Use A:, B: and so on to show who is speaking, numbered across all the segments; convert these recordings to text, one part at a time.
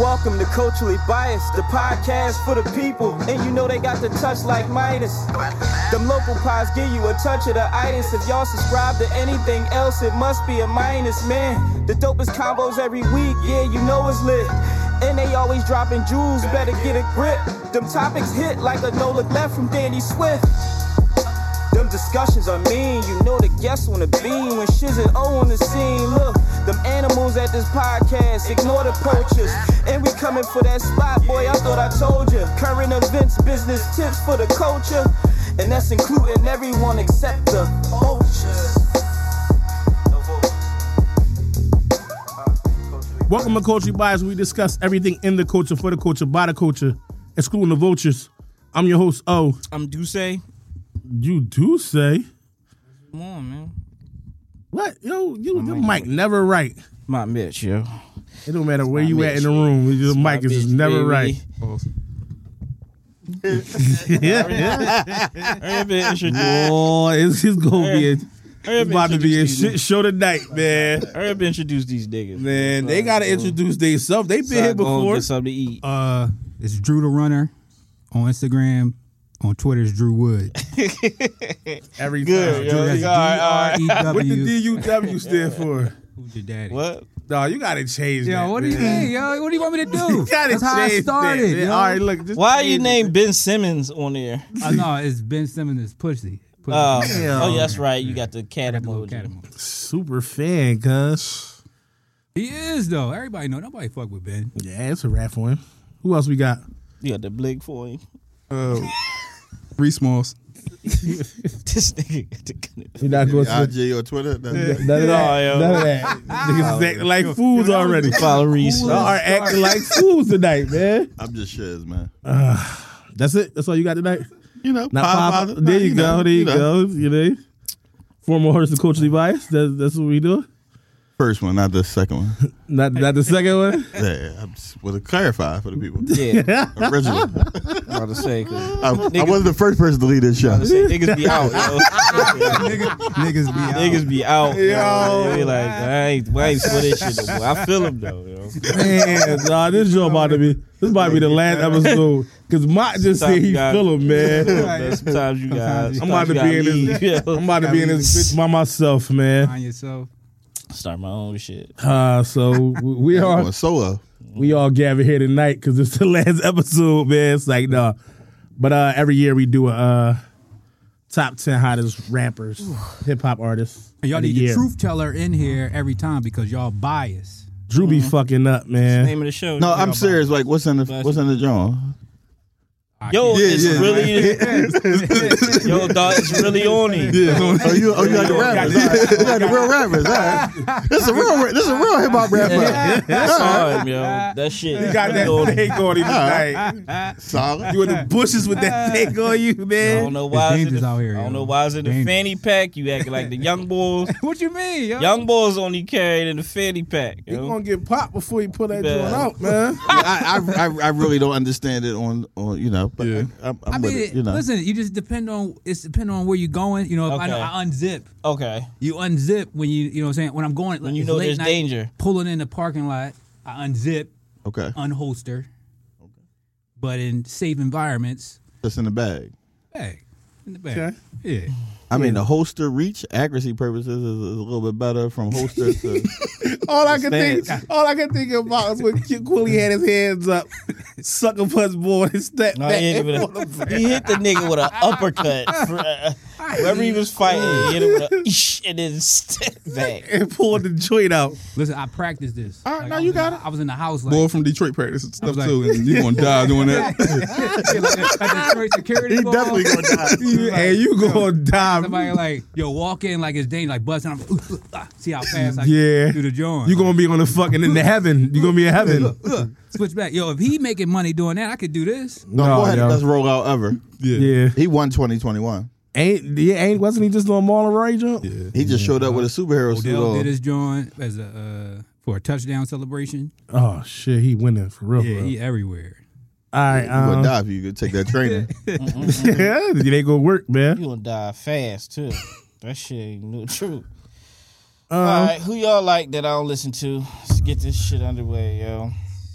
A: Welcome to Culturally Biased, the podcast for the people. And you know they got the touch like Midas. Them local pies give you a touch of the itis. If y'all subscribe to anything else, it must be a minus, man. The dopest combos every week, yeah, you know it's lit. And they always dropping jewels, better get a grip. Them topics hit like a no look left from Danny Swift. Them discussions are mean, you know the guests on the beam when shiz and O on the scene. Look, them animals at this podcast, ignore the poachers. And we coming for that spot, boy, I thought I told you. Current events, business tips for the culture. And that's including everyone except the poachers.
B: Welcome to Culture Bias. where We discuss everything in the culture, for the culture, by the culture, excluding the vultures. I'm your host, O.
C: I'm Duce.
B: You do say
C: Come on, man.
B: what? Yo, you your mic never right.
C: My bitch, yo.
B: It don't matter where
C: my
B: you at
C: bitch.
B: in the room. Your
C: My
B: mic is just
C: bitch,
B: never
C: baby.
B: right. yeah,
C: Hurry up and introduce-
B: oh, it's, it's gonna be a,
C: hurry up
B: it's about to
C: and
B: be a
C: introduce these
B: shit show tonight, man.
C: niggas. Hurry up and introduce these niggas.
B: Man, they gotta introduce themselves. They've been here
C: Go and
B: before.
C: Get something to eat.
D: Uh, it's Drew the Runner on Instagram. On Twitter is Drew Wood.
B: Every
C: Good,
B: time.
C: yo.
D: That's
C: all right, all right.
D: D R E
B: What the
D: W.
B: DUW stand for?
D: Who's your daddy?
C: What?
B: Dog, you gotta change
D: Yo,
B: that.
D: what do you
B: man.
D: mean, yo? What do you want me to do?
B: You gotta
D: That's how I
B: change that,
D: started.
B: man.
D: yo.
B: All right, look. Just
C: Why you
B: change it.
C: name Ben Simmons on there?
D: Uh, no, it's Ben Simmons' is pussy. pussy.
C: Oh,
B: Damn.
C: oh, yeah, that's right. You got the cat
D: Got the little cat
C: emoji.
D: emoji.
B: super fan, cuz.
D: He is though. Everybody know. Nobody fuck with Ben.
B: Yeah, it's a wrap for him. Who else we got?
C: You got the blick for him.
E: Reese Moss.
C: This nigga got the
B: You're not going to
E: IG or Twitter. No,
B: none of
C: that. None of
B: that. Niggas is acting like fools already. Y'all
C: follow Reese.
B: are acting like fools tonight, man.
E: I'm just shiz, man.
B: That's it. That's all you got tonight.
E: You know,
B: Not
E: Pop
B: five.
E: Father.
B: There you, go.
E: know,
B: there you,
E: know.
B: go. You know, former horse and culturally biased. That's, that's what we do.
E: First one, not the second one.
B: Not not the second one.
E: yeah, I'm just want to clarify for the people.
C: Yeah,
E: Original.
C: I'm about to say. 'cause-
E: I, I wasn't the first person to lead this show.
C: I say niggas be out, yo.
D: Niggas be out.
C: Niggas be out. Yo. They be like, I ain't, why ain't split this shit no more. I feel them though, yo.
B: Man, nah, this show about to be this might be the last episode because Mott just said he
C: Sometimes
B: feel him, man.
C: But Sometimes you guys.
B: I'm about to be in
C: sometimes you
B: this.
C: gotta
B: I'm
C: leave,
B: about to be in this bitch by myself, man.
D: on yourself.
C: yo. Start my own shit.
B: Uh, so w- we all
E: Going solo.
B: we all gathered here tonight because it's the last episode, man. It's like nah, but uh, every year we do a uh, top ten hottest rappers, hip hop artists.
D: And y'all
B: of the
D: need your
B: year.
D: truth teller in here every time because y'all biased.
B: Drew
D: Mm-hmm.
B: be fucking up, man.
C: Name of the show.
E: No, I'm serious. Like, what's in the what's in the John?
D: I
C: Yo,
D: can't-
E: Yeah,
C: it's really,
E: yeah.
C: yo, dog, it's really on it.
E: Yeah. Oh, you oh you like the rappers? You like the real rappers? All right. This is a real ra- this is a real hip hop rapper.
C: That's hard, yo. That shit.
B: Uh-huh. You got
C: really on
B: that
C: it.
B: fake on you tonight.
E: Solid.
B: You in the bushes with that fake on you,
C: I
B: man.
C: don't know why. It's
D: dangerous
C: the,
D: out here,
C: I don't
D: yo.
C: know why it's in the
D: Dangerous.
C: fanny pack. You acting like the young boys.
D: What you mean, yo?
C: Young boys only carried in the fanny pack.
B: You
C: Yo.
B: gonna get popped before you pull that
C: Yeah.
B: joint out, man.
E: I, I I I really don't understand it on on you know. But I, am I'm
D: I
E: with
D: mean,
E: it. You know.
D: listen. You just depend on it's depend on where you're going. You know, if I, know,
C: Okay.
D: I unzip.
C: Okay.
D: You unzip when you you know what I'm saying when I'm going
C: When you
D: it's
C: know
D: late
C: there's
D: night,
C: danger.
D: pulling in the parking lot. I unzip,
E: Okay.
D: unholster. But in safe environments,
E: That's in the bag.
D: bag in the bag.
B: Okay.
D: Yeah,
E: I mean, the holster reach accuracy purposes is, is a little bit better from holster to.
B: All I can think,
E: Stance.
B: all I can think about is when Q- Quilly had his hands up, sucker punch boy, and step
C: No,
B: back.
C: he, hit him with a, he hit the nigga with an uppercut. Whoever he was fighting, he hit him with a ish and then step back.
B: and pulled the joint out.
D: listen, I practiced this.
E: right,
D: Like,
E: now
D: I was
E: you
D: in
E: got
D: the-
E: it.
D: I was in the house like,
E: Boy from Detroit practice and stuff
D: like-
E: too, and you gonna die doing that.
D: yeah, like, the- like the Detroit security.
E: he
D: ball.
E: definitely gonna die.
B: You- and you gonna die.
D: Somebody like yo walk in like it's danger like buzzing. I'm "Ooh, ooh, ah," see how fast I
B: Yeah.
D: do the joint.
B: You gonna be on the fucking in the heaven. You gonna be in heaven.
D: switch back. Yo, if he making money doing that, I could do this.
E: No,
B: No,
E: go ahead.
B: yo.
E: Let's roll out ever.
B: Oh, Yeah.
E: He won 2021.
B: Ain't yeah, ain't wasn't he just on Marlon Ray jump? Yeah.
E: He just showed up with a superhero suit
D: Odell did
E: on.
D: his joint as a uh, for a touchdown celebration.
B: Oh shit, he winning for
E: Oh,
B: real.
D: Yeah,
B: bro.
D: he everywhere.
B: All right,
E: You gonna
B: um,
E: die if you could take that training.
B: yeah, it ain't gonna work, man.
C: You gonna die fast too. That shit ain't no true.
B: Um,
C: All right, who y'all like that I don't listen to? Let's get this shit underway, yo.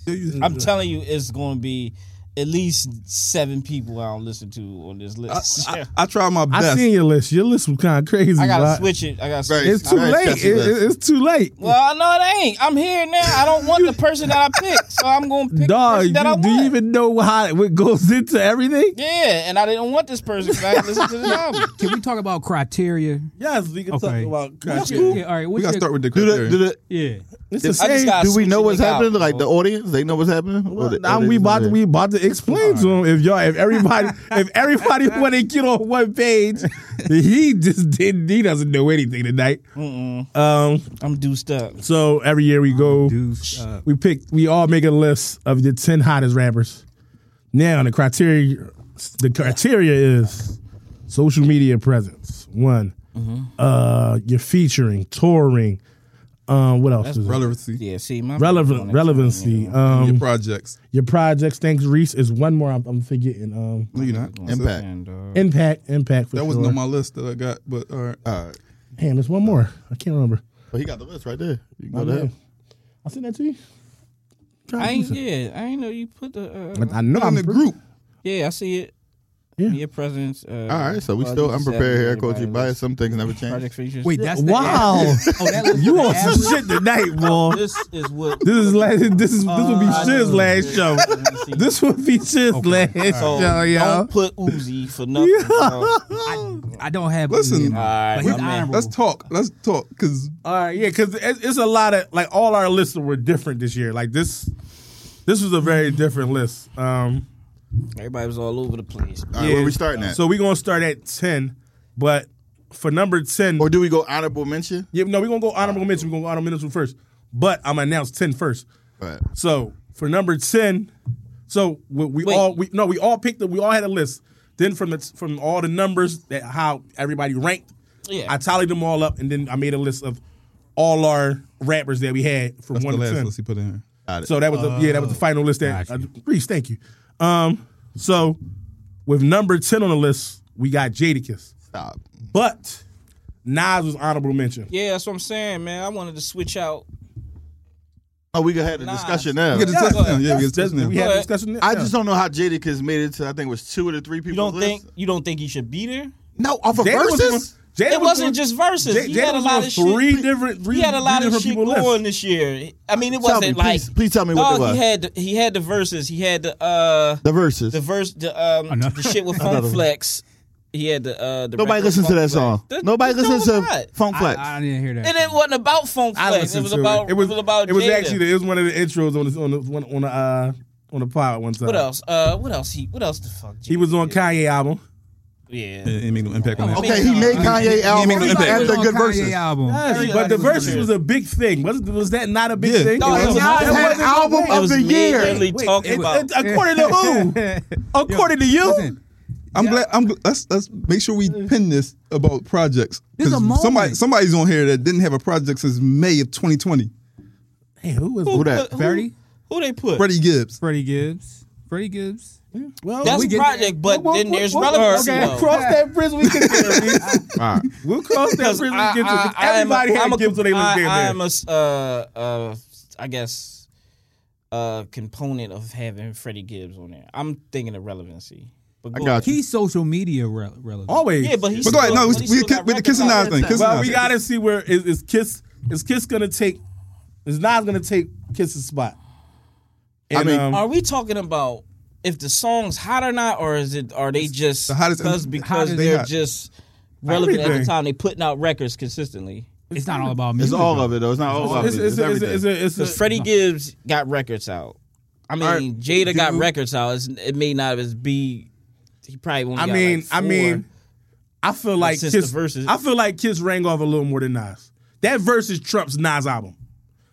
B: Um,
C: I'm telling you, it's going to be at least seven people I don't listen to on this list. I,
E: I, I try my
B: I
E: best.
B: seen your list. Your list was kind of crazy.
C: gotta
B: Vod.
C: switch it. I gotta switch.
E: Right.
C: it.
B: It's too
E: Alright,
B: late.
E: that's
B: It,
E: your list.
B: it- it's too late.
C: Well, no, it ain't. I'm here now. I don't want the person that I picked, so I'm going to pick
B: Dog,
C: the person that I
B: you,
C: want.
B: do you even know how what goes into everything?
C: yeah, and I didn't want this person because I didn't listen to the album.
D: Can we talk about criteria?
B: Yes, we can
D: Okay.
B: about
D: Yeah, all right.
E: we
D: What's your-
E: gotta start with the
F: Do the,
E: criteria.
F: do the,
D: Yeah.
B: It's the
C: I just
B: same.
C: got-
E: Do we know
C: Switching
E: what's
C: it out.
E: happening? Like the audience, they know what's happening. Or
B: Well,
E: they-
B: now
E: or they
B: we
E: just
B: about to,
E: know
B: we about to explain to him if y'all if everybody if everybody want to get on one page, he just didn't he doesn't know anything tonight.
C: Mm.
B: Um,
C: I'm deuced up.
B: so every year we go,
D: Deuce up.
B: we pick we all make a list of the ten hottest rappers. Now the criteria the criteria is social media presence one,
F: Mm-hmm.
B: uh, you're featuring touring, um, what else is it?
F: relevancy
C: Yeah, see, my
B: relevant relevancy,
F: in your
B: um,
F: projects.
B: your projects. Thanks, Reese. Is one more I'm, I'm forgetting. Um,
F: No, you're not.
E: Impact.
C: uh,
B: Impact, impact. For
F: That
B: sure.
F: wasn't on my list that I got, but all right.
E: All right.
B: Damn, there's one more. I can't remember.
E: But he got the list right there. You can
B: My
E: go to
B: bad.
E: him.
B: I sent that to you.
C: I ain't, yeah, I ain't know you put the. Uh,
B: I know
F: I'm in the group.
C: yeah, I see it.
B: Yeah.
C: Your presence. Uh,
E: All right, so we still unprepared here, Coach. You bias. Some things never change.
C: Project features.
D: Wait, that's the
B: Wow,
D: Oh, that was
B: you
D: the
B: on
D: average?
B: some shit tonight, boy.
C: this is what.
B: This is last. This is this will be Shiz's last show.
C: show.
B: This will be Shiz's last
C: So
B: show, y'all.
C: don't put Uzi for nothing. bro.
D: I don't have.
F: Listen,
D: Listen,
C: right,
D: but he's
C: my man.
D: honorable.
F: Let's talk. Let's talk. Cause
B: All right, yeah, because it's, it's a lot of like all our lists were different this year. Like this, this was a very different list. Um,
C: Everybody was all over the place.
E: All right, where we starting at?
B: so we're gonna start at ten, but for number ten,
E: Or do we go honorable mention?
B: Yeah, no, we're gonna go honorable mention. We're gonna go honorable mention first. But I'm gonna announce 10 first.
E: All right.
B: So for number 10, so we, we
C: Wait.
B: all we no, we all picked the we all had a list. Then from the, from all the numbers that how everybody ranked,
C: Yeah.
B: I tallied them all up and then I made a list of all our rappers that we had from
F: that's
B: one
F: the
B: to
F: last
B: ten.
F: list he put in here. Oh,
E: Got it.
B: So that was the, yeah, that was the final list that uh, Reese, thank you. Um so with number 10 on the list, we got Jadakiss.
E: stop.
B: But Nas was honorable mention.
C: Yeah, that's what I'm saying, man. I wanted to switch out.
E: Oh, we had a
C: Nah.
E: discussion now.
F: We get to
C: Yeah,
F: touch
C: but-
F: now. Yeah, we get to touch
B: That's-
F: now.
B: we had a
C: But-
B: discussion.
E: I
B: yeah.
E: just don't know how Jadakiss made it to. I think it was two or the three people.
C: You don't think you don't think he should be there?
E: No, off of
B: Jada was
E: verses.
B: on- Jada
C: It
B: was
C: wasn't
B: on-
C: just verses.
B: Jada-
C: he
B: Jada
C: had a
B: was
C: lot
B: on
C: of
B: three
C: shit.
B: different. Three,
C: he had a lot
B: three
C: of
B: different
C: shit
B: people left.
C: going this year. I mean, it
E: Tell
C: wasn't
E: me,
C: like
E: please, please tell me what
C: Dog,
E: it was.
C: He had he had the verses. He had the uh
E: The verses.
C: the verse the um
D: Another-
C: the shit with Funk Flex. He had the uh the
E: Nobody
C: record
E: listens to
C: Funk
E: that
C: Flex.
E: song.
C: Th-
E: Nobody
C: no,
E: listens
C: it's
E: to
C: not.
E: Funk
D: I,
E: Flex.
D: I didn't hear that.
C: And it wasn't about Funk
B: I
C: Flex. It
B: listened
C: was
B: to
C: about
B: It was,
C: about
B: It was
C: Jada.
B: actually the, it was one of the intros on the, on the one on the uh, on the pod one time.
C: what else? Uh, what else? He what else? The fuck?
B: He was on Kanye album.
C: Yeah.
F: Yeah, ain't make no impact on
C: Oh,
F: that.
E: Okay, he made Kanye album
F: made no impact.
E: after
D: On
E: Good
D: Kanye
E: Verses.
D: album.
C: Everybody
B: but the
C: was on
B: verses
C: there.
B: was a big thing. Was was that not a big
F: Yeah.
B: thing?
F: No,
B: It
C: it
B: was-
C: was
B: that
C: not.
B: wasn't-
E: Had album
C: It
E: of
C: was
E: the year.
C: literally talking
B: it-
C: about.
B: it- according to who? according to you?
D: Listen,
F: I'm glad. I'm. gl- Let's let's make sure we pin this about projects.
D: This is a
F: 'Cause
D: moment.
F: Somebody somebody's on here that didn't have a project since May of 2020.
B: Hey, who was
E: Who that?
D: Freddie,
C: Who they put?
F: Freddie Gibbs.
D: Freddie Gibbs, Freddie Gibbs.
B: Well,
C: That's
B: we get-
C: project, but
B: we'll-
C: then
B: we'll-
C: there's
B: we'll-
C: relevancy.
B: okay,
C: though.
B: Cross that bridge we can get there. Reese.
E: All right.
B: We'll cross that bridge
C: Because
B: we
C: I-
B: can get
C: I-
B: to.
C: I am a-
B: Everybody
C: I'm
B: had
C: a-
B: Gibbs when they was
C: I-
B: damn
C: I
B: there.
C: am a s- uh, uh, I guess, uh, component of having Freddie Gibbs on there. I'm thinking of relevancy. But
E: I
C: go
E: got you.
D: He's social media re- relevant.
B: Always.
C: Yeah, but he's.
F: But go ahead.
C: still-
F: No,
C: but
F: we,
C: he's
F: we,
C: still
F: ki-
C: got
F: with the
C: records
F: Kiss and
C: out
F: Nas
C: there.
F: thing. Kiss
B: Well,
F: and Nas.
B: we gotta see where is, is Kiss is Kiss gonna take is Nas gonna take Kiss's spot?
E: I mean-
B: um,
C: Are we talking about if the song's hot or not, or is it are they just
F: the hottest-
C: because
F: the
C: because
F: hottest they
C: they're
F: hot.
C: just relevant at the
B: Everything.
C: time they putting out records consistently?
D: it's not all about music.
E: It's all
D: though.
E: of it though. It's not all of it.
B: it's, it's, it's,
E: It's
B: it's,
E: everything.
B: it's,
C: Because
B: it's,
C: Freddie Gibbs got records out. I mean,
F: Alright,
C: Jada got
F: dude.
C: records out. It's, it may not as be. He probably won't.
B: I mean, I mean, I feel like
C: since the
B: Kiss.
C: verses-
B: I feel like Kiss rang off a little more than Nas. That versus trumps Nas album.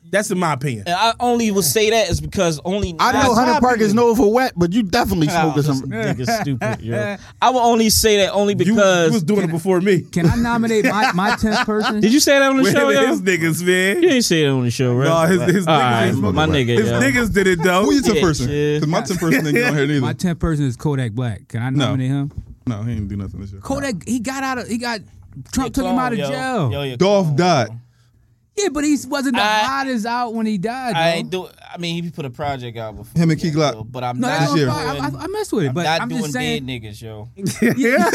B: That's in my opinion.
C: And I only would say that is because only
E: I know
C: Nas-
E: Hunter Park is known for wet, but you definitely
C: Wow,
E: smoking
C: this
E: some.
C: nigga's stupid. Yo. I will only say that only
B: You, you
C: because.
B: was doing it before me.
D: Can I nominate my my tenth person?
C: did you say that on the
B: His
C: show? Yo?
B: niggas, man.
C: You ain't say that on the show, right?
B: No, Oh, his- his
C: All
B: niggas
C: right,
B: is-
C: my nigga.
B: His
C: yo.
B: niggas did it though.
F: Who you ten
C: Yeah,
F: person?
C: yeah.
F: Because my ten person ain't on here
D: my
F: neither.
D: tenth person is Kodak Black. Can I nominate him?
F: No, he didn't do nothing this year.
D: Kodak, he got out of he got Trump
C: Come
D: took him
C: on,
D: out of
C: yo.
D: jail.
C: Yo, yo,
F: Dolph died.
D: Yeah, but he wasn't the
C: I-
D: hottest out when he died.
C: I
D: bro.
C: ain't do. I mean, he put a project out before.
F: Him and Key
C: that,
F: Glock.
C: though, But I'm
D: No, that's
C: not
F: this year.
D: doing,
C: doing.
D: I, I, I mess with it, but
C: not
D: I'm
C: doing
D: just saying.
C: dead niggas, yo.
D: Yeah,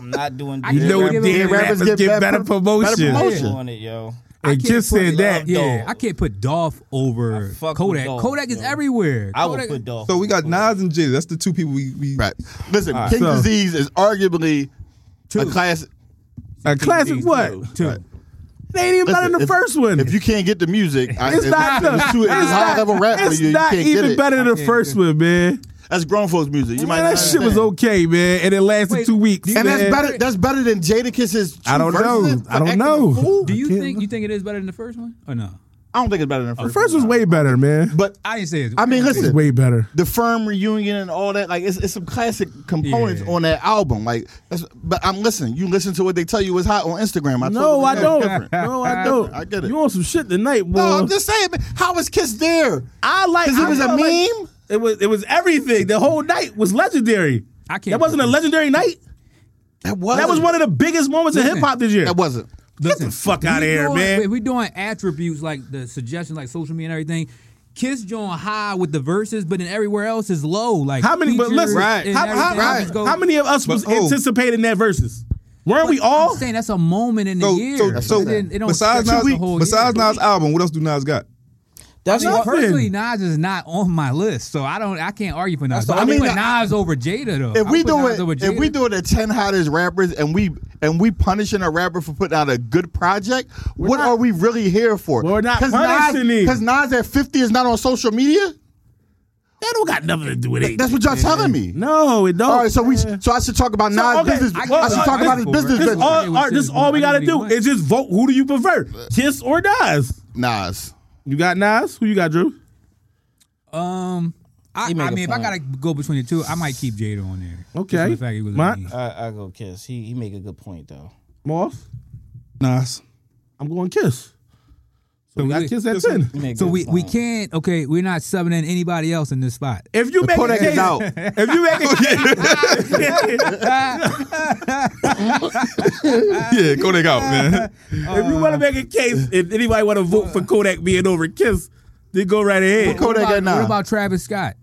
C: I'm not doing dead.
D: You
B: You know what?
D: Give
B: Dead
D: it-
B: rappers get, better promotion.
E: better
C: I'm
E: promotion.
C: not doing it, yo.
B: And
D: can't
B: Kiss
D: put
B: said
D: it
B: that.
C: up.
D: yeah,
C: Dog.
D: I can't put Dolph over
C: I fuck with
D: Kodak.
C: Dolph,
D: Kodak is
C: yo.
D: everywhere.
C: I would
D: Kodak-
C: put Dolph.
F: So we got Nas and Jada. That's the two people we. we
E: Right. Listen, King
B: so-
E: Disease is arguably a classic.
B: A classic
E: Disease,
B: what?
E: too.
D: Two.
E: Right.
B: They ain't even better
E: Listen,
B: than the
E: if-
B: first one.
E: If you can't get the music, I,
B: it's
E: if
B: not,
E: if it's too
B: it's
E: high
B: not,
E: level rap for
B: it's
E: you, you
B: not
E: can't
B: even
E: get it.
B: better than the first one, man.
E: That's grown folks music. You might
B: Man, that
E: not
B: shit was
E: understand.
B: okay, man, and it lasted
D: Wait,
B: two weeks.
E: And that's
B: man.
E: better. That's better than Jadakiss's.
B: I don't
E: two
B: know.
E: verses for
B: I don't
E: acting a
B: know.
E: fool?
D: Do you
B: Can't-
D: think you think it is better than the first one or no?
E: I don't think it's better than
B: The
E: the first.
B: first
E: one.
B: was way better, man.
E: But
D: I didn't say it.
E: I mean, listen.
B: Way better.
E: the firm reunion and all that like it's, it's some classic components
D: Yeah.
E: on that album like that's, but i'm listening you listen to what they tell you is hot on instagram I
B: No,
E: totally
B: I
E: get it.
B: don't.
E: Different.
B: No, I don't.
E: I get it.
B: You on some shit tonight, boy?
E: no i'm just saying man, how was kiss there
B: I like.
E: because
B: I
E: it was a
B: felt like-
E: meme
B: It was. It was everything. The whole night was legendary.
D: I can't
B: That wasn't a
D: believe-
B: legendary night.
E: that was
B: That was one of the biggest moments in
D: Listen.
B: hip hop this year.
E: that wasn't
B: Get the fuck out of here,
D: doing,
B: man.
D: If we're doing attributes like the suggestions, like social media and everything, Kiss joined high with the verses, but then everywhere else is low. Like
B: How many? But
D: features
B: listen,
F: Right.
D: and
B: how, how-
D: everything
E: right.
D: else go-
B: how many of us
F: But,
B: was
F: oh.
B: anticipating that verses? Weren't we
D: But I'm
B: all?
D: saying that's a moment in the
F: So,
D: year.
F: so, so
D: It didn't- it don't
F: besides
D: stretch out
F: Nas,
D: the whole
F: besides
D: year.
F: Nas album, what else do Nas got?
C: That's
D: I mean,
C: what-
D: personally, Nas is not on my list, so I don't. I can't argue for Nas.
C: the
D: But I
E: only
D: mean,
E: thing
D: Nas over Jada though.
E: if
D: I
E: we
D: put
E: do
D: Nas
E: it
D: over
E: if we
D: Jada.
E: do it at 10 hottest rappers and we and we punishing a rapper for putting out a good project what
B: not-
E: are we really here for
B: We're not punishing him.
E: because Nas, at 50 is not on social media
B: That don't got nothing to do with it.
E: that's what y'all telling me
B: No, it don't.
E: all right so we so i should talk about Nas
B: So, okay,
E: business
B: well,
E: i should talk
B: this-
E: about his business
B: This,
E: business.
B: all,
D: It was
B: all right, this
D: his-
B: all we
D: I
B: gotta
D: didn't
B: do
D: even
B: is just vote. Who do you prefer, Kiss or Nas?
E: Nas.
B: You got Nas. Who you got, Drew?
D: um, I,
C: He make
D: I
C: a
D: mean, if I
C: point.
D: gotta go between the two, I might keep Jada on there. Just
B: Okay.
D: for the fact he was a
B: My-
D: meme.
C: I, I go kiss. He he make a good point though.
B: Moss.
F: Nas.
B: I'm going Kiss. So we got
D: we-
B: Kiss at ten.
C: He make a
D: So
C: good
D: we, we
C: point.
D: can't okay we're not subbing in anybody else in this spot.
B: If you make a
E: Kodak is
B: case,
E: out.
B: if you make a
F: Yeah, Kodak out, man.
B: if you want to make a case, if anybody want to vote for Kodak being over Kiss, then go right ahead.
E: Kodak
D: what,
E: at
D: about,
E: nine.
D: what about Travis Scott?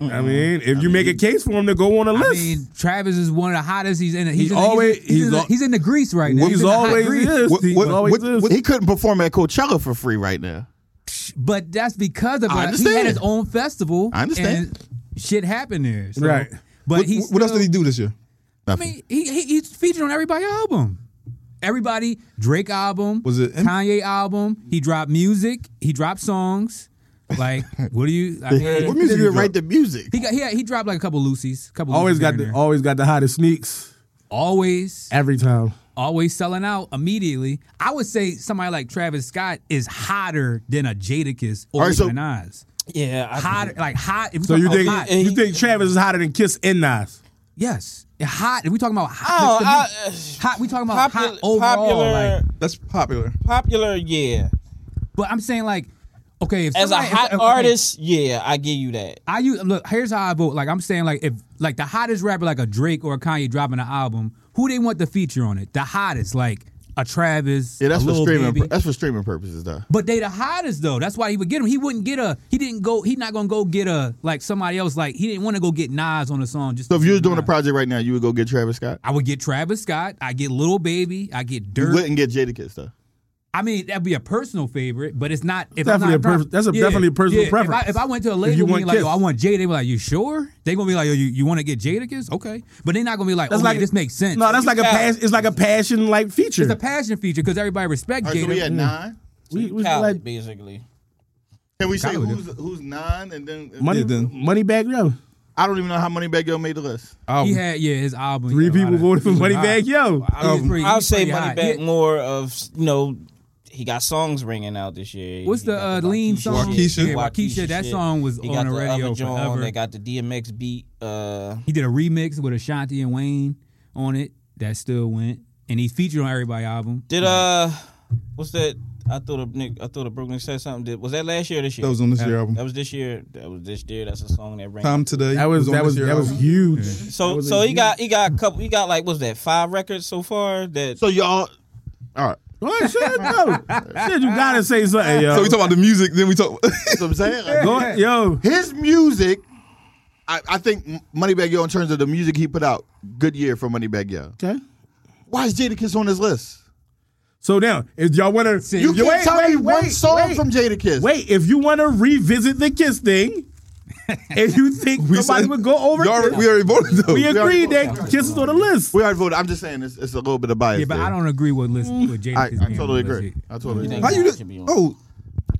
B: I mean, if you make a case for him to go on a
D: I
B: list,
D: mean, Travis is one of the hottest. He's in. He's, in the-
B: always-
D: he's, he's, in,
B: he's
D: the,
B: al-
D: he's in the grease right now.
B: he's,
D: He's, in the hot
B: always
D: grease.
B: is.
F: What-
B: He's
F: what-
B: always
F: what-
B: is.
E: he couldn't perform at Coachella for free right now.
D: But that's because of it.
E: I
D: he had
E: understand.
D: his own festival.
E: I
D: And
E: understand.
D: shit happened there, so-
B: Right.
D: But
F: What,
D: he's
F: what else did he do this year?
D: I mean, he, he he's featured on everybody's album. Everybody Drake album
F: Was it him?
D: Kanye album? He dropped music. He dropped songs. Like, what do you? I
E: What
D: mean,
E: music
F: did
E: did
F: he
E: you write the music?
D: he got he, he dropped like a couple Lucy's. Couple
B: always
D: Lucy's
B: got
D: here
B: the
D: and there.
B: always got the hottest sneaks
D: always
B: every time.
D: always selling out immediately. I would say somebody like Travis Scott is hotter than a Jadakiss or
E: All right,
D: even
E: so-
D: a Nas.
C: yeah. I,
D: Hotter, like hot. If we
B: So
D: talking
B: you
E: Oh,
D: about
B: think
D: hot,
B: you think Travis is hotter than Kiss and Nas?
D: yes, hot. If we talking about hot,
C: Oh,
D: to me,
C: I,
D: hot. We talking about
C: popular,
D: hot overall.
C: popular,
D: Like,
F: That's popular.
C: popular. Yeah.
D: but I'm saying like, okay, if
C: As a
D: somebody, if-
C: hot
D: okay,
C: artist, yeah, I give you that.
D: I use look. Here's how I vote. Like I'm saying, like if like the hottest rapper, like a Drake or a Kanye, dropping an album, who they want to feature on it? The hottest, like a Travis.
E: Yeah, that's
D: a
E: for
D: Lil
E: streaming.
D: Baby.
E: That's for streaming purposes, though.
D: But they the hottest though. That's why he would get him. He wouldn't get a. He didn't go. He's not gonna go get a like somebody else. Like he didn't want to go get Nas on a song. Just
E: So if you was
D: to-
E: doing a project right now, you would go get Travis Scott.
D: I would get Travis Scott. I get Little Baby. I get
E: You
D: Dirt.
E: wouldn't get Jadakiss though.
D: I mean, that'd be a personal favorite, but it's not. If
B: Definitely
D: I'm
B: a
D: not,
B: pers- that's a- definitely a personal
D: If I-
B: preference.
D: If I, went to a
B: you
D: label
B: want
D: being like,
B: Kiss.
D: yo, I want Jada, they be like, you sure? They gonna be like, yo, you, you want to get Jada Kiss? Okay, but they're not gonna be like,
B: That's
D: oh,
B: like
D: yeah, this makes sense.
B: No, that's like a
C: got-
B: pass. It's like a passion like feature.
D: it's a passion feature because everybody respects
E: All right, so
D: Jada.
E: we at
B: mm.
E: nine.
B: we, we
C: Palette,
B: like
C: basically.
E: Can we say
D: Probably
E: who's who's nine? And then
B: money
F: then.
B: money bag yo.
E: I don't even know how Moneybagg Yo made the list.
D: He
F: Album.
D: had yeah, his album.
B: Three
D: Oh, yeah, a lot
B: people
D: of- Oh,
B: voted for
D: he was
B: money
D: hot.
B: bag yo.
D: He was pretty- he
C: I'll
D: was
C: say
D: pretty
C: money
D: hot.
C: back
D: Yeah.
C: more of you know he got songs ringing out this year.
D: What's
C: He
D: the,
C: got
D: uh, lean
C: Waukesha
D: song?
F: Waukesha.
D: Yeah, Waukesha,
C: shit.
D: that song was
C: He
D: on
C: got
D: the radio
C: other joint.
D: forever.
C: They got the DMX beat. Uh,
D: He did a remix with Ashanti and Wayne on it. That still went, and he's featured on everybody album.
C: did uh, what's that? I thought a Nick, I thought a Brooklyn said something. Did, was that last year or this year?
F: That was on this year
C: That
F: album.
C: was this year. That was this year. That's a song that rang.
F: Time today.
B: That was
F: on
B: that
F: this
B: was
F: year
B: that was
F: album.
B: huge. That
C: So
B: was
C: so
B: a
C: he got he got a couple. He got like what's that? Five records so far. That
E: So y'all, all right.
B: What Oh, shit? No. shit, you gotta say something, yo.
F: So we talk about the music, then we talk.
E: That's what I'm saying. Like,
B: Go- yo.
E: his music, I, I think M- Moneybag Yo in terms of the music he put out, good year for Moneybag Yo.
B: Okay.
E: Why is Jadakiss on this list?
B: So now, if y'all wanna
E: You can't
B: wait,
E: tell
B: wait,
E: me one
B: wait,
E: song
B: wait.
E: from Jadakiss.
B: Wait, if you wanna revisit the kiss thing, if you think somebody
F: said-
B: would go over
F: Y'all already-
B: Kiss,
F: we already voted though.
B: we agreed
E: already-
B: that kiss is on the list.
E: We already voted. I'm just saying it's, it's a little bit of bias.
D: Yeah, but
E: there.
D: I don't agree with listen with Jada.
E: I, I totally agree. I totally agree.
F: How you?
C: Should be
F: Just,
C: on.
F: oh,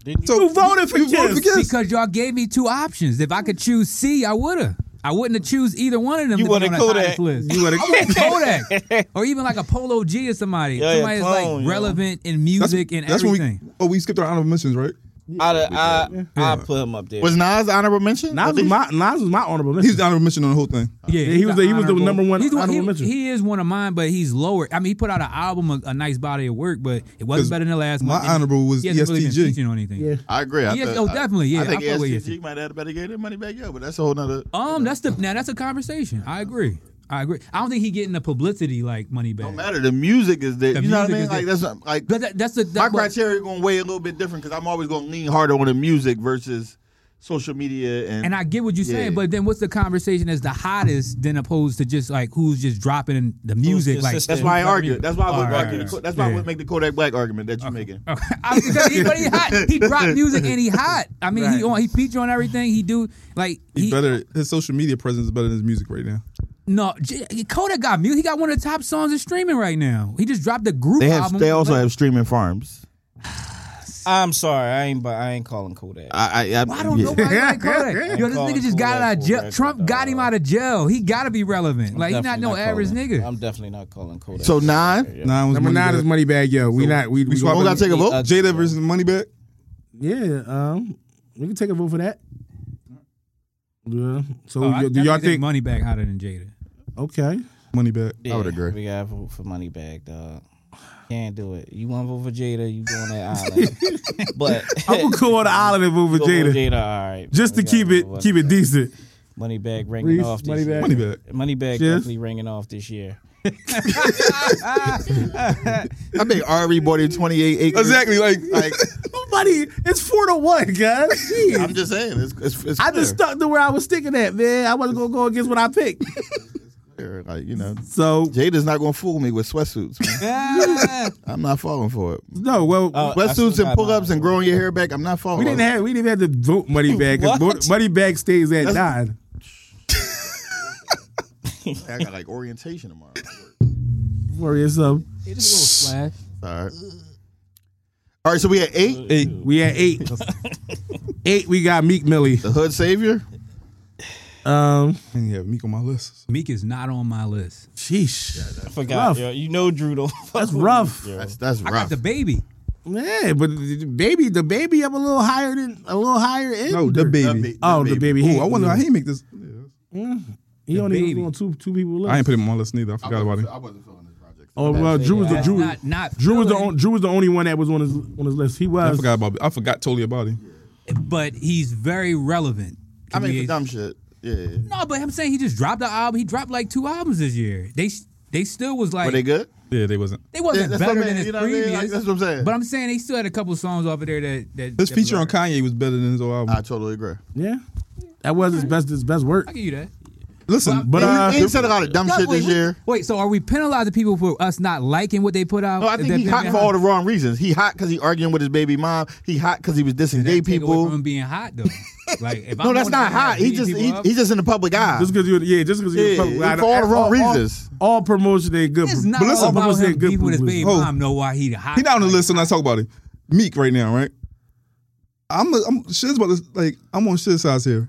C: Didn't you?
F: so
B: You voted for
F: you voted
B: Kiss.
F: Kiss?
D: Because y'all gave me two options. If I could choose C, I would have. I wouldn't have choose either one of them.
C: You
D: to be
C: wanted
D: on the
C: Kodak.
D: hottest List.
B: You wanna-
D: I want Kodak, or even like a Polo G or somebody.
C: Yeah, yeah,
D: somebody that's
C: clone,
D: like
C: yo.
D: relevant in music and everything.
F: when we. Oh, we skipped our honorable mentions, right?
C: I'd, I, I, I'd put him up there.
E: Was Nas honorable mention?
B: Nas was my Nas was my honorable mention.
F: He's the honorable mention on the whole thing.
D: Yeah,
B: he was the- he was the number one
D: He's
B: honorable
D: he,
B: mention.
D: he is one of mine, but he's lower. I mean, he put out an album, a, a nice body of work, but it wasn't
F: 'Cause
D: better than the last
F: my
D: one. and
F: honorable was
D: he hasn't really been
F: ESTG.
D: featuring on anything.
B: Yeah.
E: I agree. I
D: Yes,
E: thought-
D: oh,
E: I-
D: definitely, yeah,
E: I think
D: I fuck with you.
E: ESTG might have better get their money back. Yo, but that's a whole nother.
D: Um, that's the now that's a conversation. I agree. I agree. I don't think he getting the publicity like money back.
E: Don't matter. The music is there.
D: Oh. The
E: you know what I
D: music
E: mean?
D: is there.
E: Like that's not- like
D: But that, that's the that,
E: my
D: but-
E: criteria going to weigh a little bit different because I'm always going to lean harder on the music versus social media and.
D: And I get what you're
E: Yeah.
D: saying, but then what's the conversation as the hottest than opposed to just like who's just dropping the music? Like
C: consistent.
E: that's why I argue. That's why I would
D: All right.
E: argue. the Ko- That's why I would make the Kodak Black argument that you're making.
D: I, because he, but he hot. He dropped music and he hot. I mean, he on he feature on everything. He do like
F: He's
D: he
F: better. His social media presence is better than his music right now.
D: no. J- Kodak got music. He got one of the top songs in streaming right now. He just dropped the group. album.
E: have streaming farms.
C: I'm sorry, I ain't, bu- I ain't calling Kodak.
E: I I,
D: I don't know why you like Kodak. Yo, this
C: Calling
D: nigga just got out of
C: Kodak
D: jail.
C: Kodak,
D: Trump got him
C: dog.
D: out of jail. He gotta be relevant. Like he not
C: Definitely
D: no average
C: calling-
D: nigga.
C: I'm definitely not calling Kodak.
E: So nine.
F: Nine was
B: Number nine
F: Moneybagg.
B: is Moneybag Yo. We not we, we,
F: swap
E: We
B: going-
E: gotta take a vote.
C: Uh,
F: Jada versus Moneybag.
B: Yeah, um, we can take a vote for that. Yeah. So
D: Oh, I
B: y- do
D: definitely
B: y'all think?
D: money back hotter than Jada?
B: okay.
F: Moneybag.
C: Yeah,
E: I would agree.
C: We gotta vote for money back, dog. Can't do it. You want to vote for Jada? You go on that island. but
B: I'm gonna go on the island and move
C: you
B: with
C: go for
B: Jada
C: Jada, all right.
B: just to
C: We gotta
B: keep
C: vote
B: it
C: for
B: keep it decent.
C: Money back ringing
B: Reese,
C: off
B: Moneybagg.
C: this year.
F: Moneybagg.
C: Money back
B: Yes.
C: definitely ringing off this year.
E: I think Ari bought in 28 acres.
F: Exactly. Like,
E: Like
B: Buddy, it's four to one, guys. Jeez.
E: I'm just saying, it's, it's, it's
B: I just
E: clear.
B: stuck to where I was sticking at, man. I wasn't gonna go against what I picked.
E: like you know.
B: So
E: Jada's not gonna fool me with sweatsuits. man. I'm not falling for it.
B: no, well,
C: Uh, I still
E: Sweatsuits and
C: got
E: pull ups
C: mine.
E: and growing your hair back. I'm not falling.
B: we didn't have we didn't have to vote Moneybag
C: What?
B: because Moneybag stays at nine.
E: I got like orientation tomorrow.
B: Worry yourself.
E: All right. All right. So we had eight.
B: Eight. We at eight. eight. We got Meek Millie.
E: The hood savior.
B: Um.
F: I didn't have Meek on my list.
D: Meek is not on my list.
B: Sheesh.
C: I forgot.
B: Rough.
C: Yo. You know Drew don't.
B: That's rough.
E: That's that's
D: I
E: rough.
D: got the baby.
B: Yeah, but the baby, the baby, I'm a little higher than a little higher end.
F: No, the baby.
B: oh, the baby.
F: Oh, I wonder how he make this.
B: He only
D: baby.
B: was on two two people
F: I
B: left.
F: ain't put him on my list neither. I forgot about him.
E: wasn't feeling this project.
B: Oh, well, Drew was the
D: That's
B: Drew. was-
D: not not
B: Drew was the
D: feeling,
B: on, Drew was the only one that was on his on his list. He
F: I
B: was.
F: forgot about. I forgot totally about him.
D: but he's very relevant.
E: I mean,
D: He-
E: for dumb shit. Yeah. yeah.
D: Oh, no, but I'm saying he just dropped the album. He dropped like two albums this year. They they still was like
E: Were they good?
F: Yeah, they wasn't.
D: they wasn't
E: Yeah, that's
D: better
E: what I
D: than
E: mean,
D: his
E: you know what I mean?
D: previous.
E: Like, that's what I'm saying.
D: But I'm saying they still had a couple songs over there that that
F: His
D: that
F: feature
D: was
F: on Kanye was better than his whole album.
E: I totally agree.
B: Yeah, that was his best his best work.
D: I'll give you that.
F: Listen,
B: But
F: but
B: uh,
E: he ain't said a lot of dumb
D: No,
E: shit
D: wait,
E: this
D: we-
E: year.
D: Wait, so are we penalizing people for us not liking what they put out?
E: No, I think
D: That
E: he hot
D: they're
E: for all the wrong reasons. He hot because he arguing with his baby mom. He hot because he was dissing gay
D: That take away
E: people.
D: from him being hot though. like if
E: No,
D: I'm
E: that's
D: on
E: not
D: there
E: hot. He
D: beating
E: just
D: people
E: he,
D: up-
E: he's just in the public eye.
B: Just because you, yeah, just because you
E: Yeah,
B: was-
E: he
B: I-
E: for all the wrong
B: all-
E: reasons. Oh.
B: All, promotion ain't good.
D: It's
B: pro-
D: not
F: But listen,
D: all about
B: promotion
D: him
B: ain't good
D: beefing with his
B: publicity.
D: baby
F: Hold.
D: mom. Know why he the hot?
F: Oh. he not on the list, so let's talk about it. Meek right now, right? I'm a, I'm shit's about this. Like I'm on shit size here,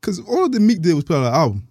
F: because all that Meek did was put out an album.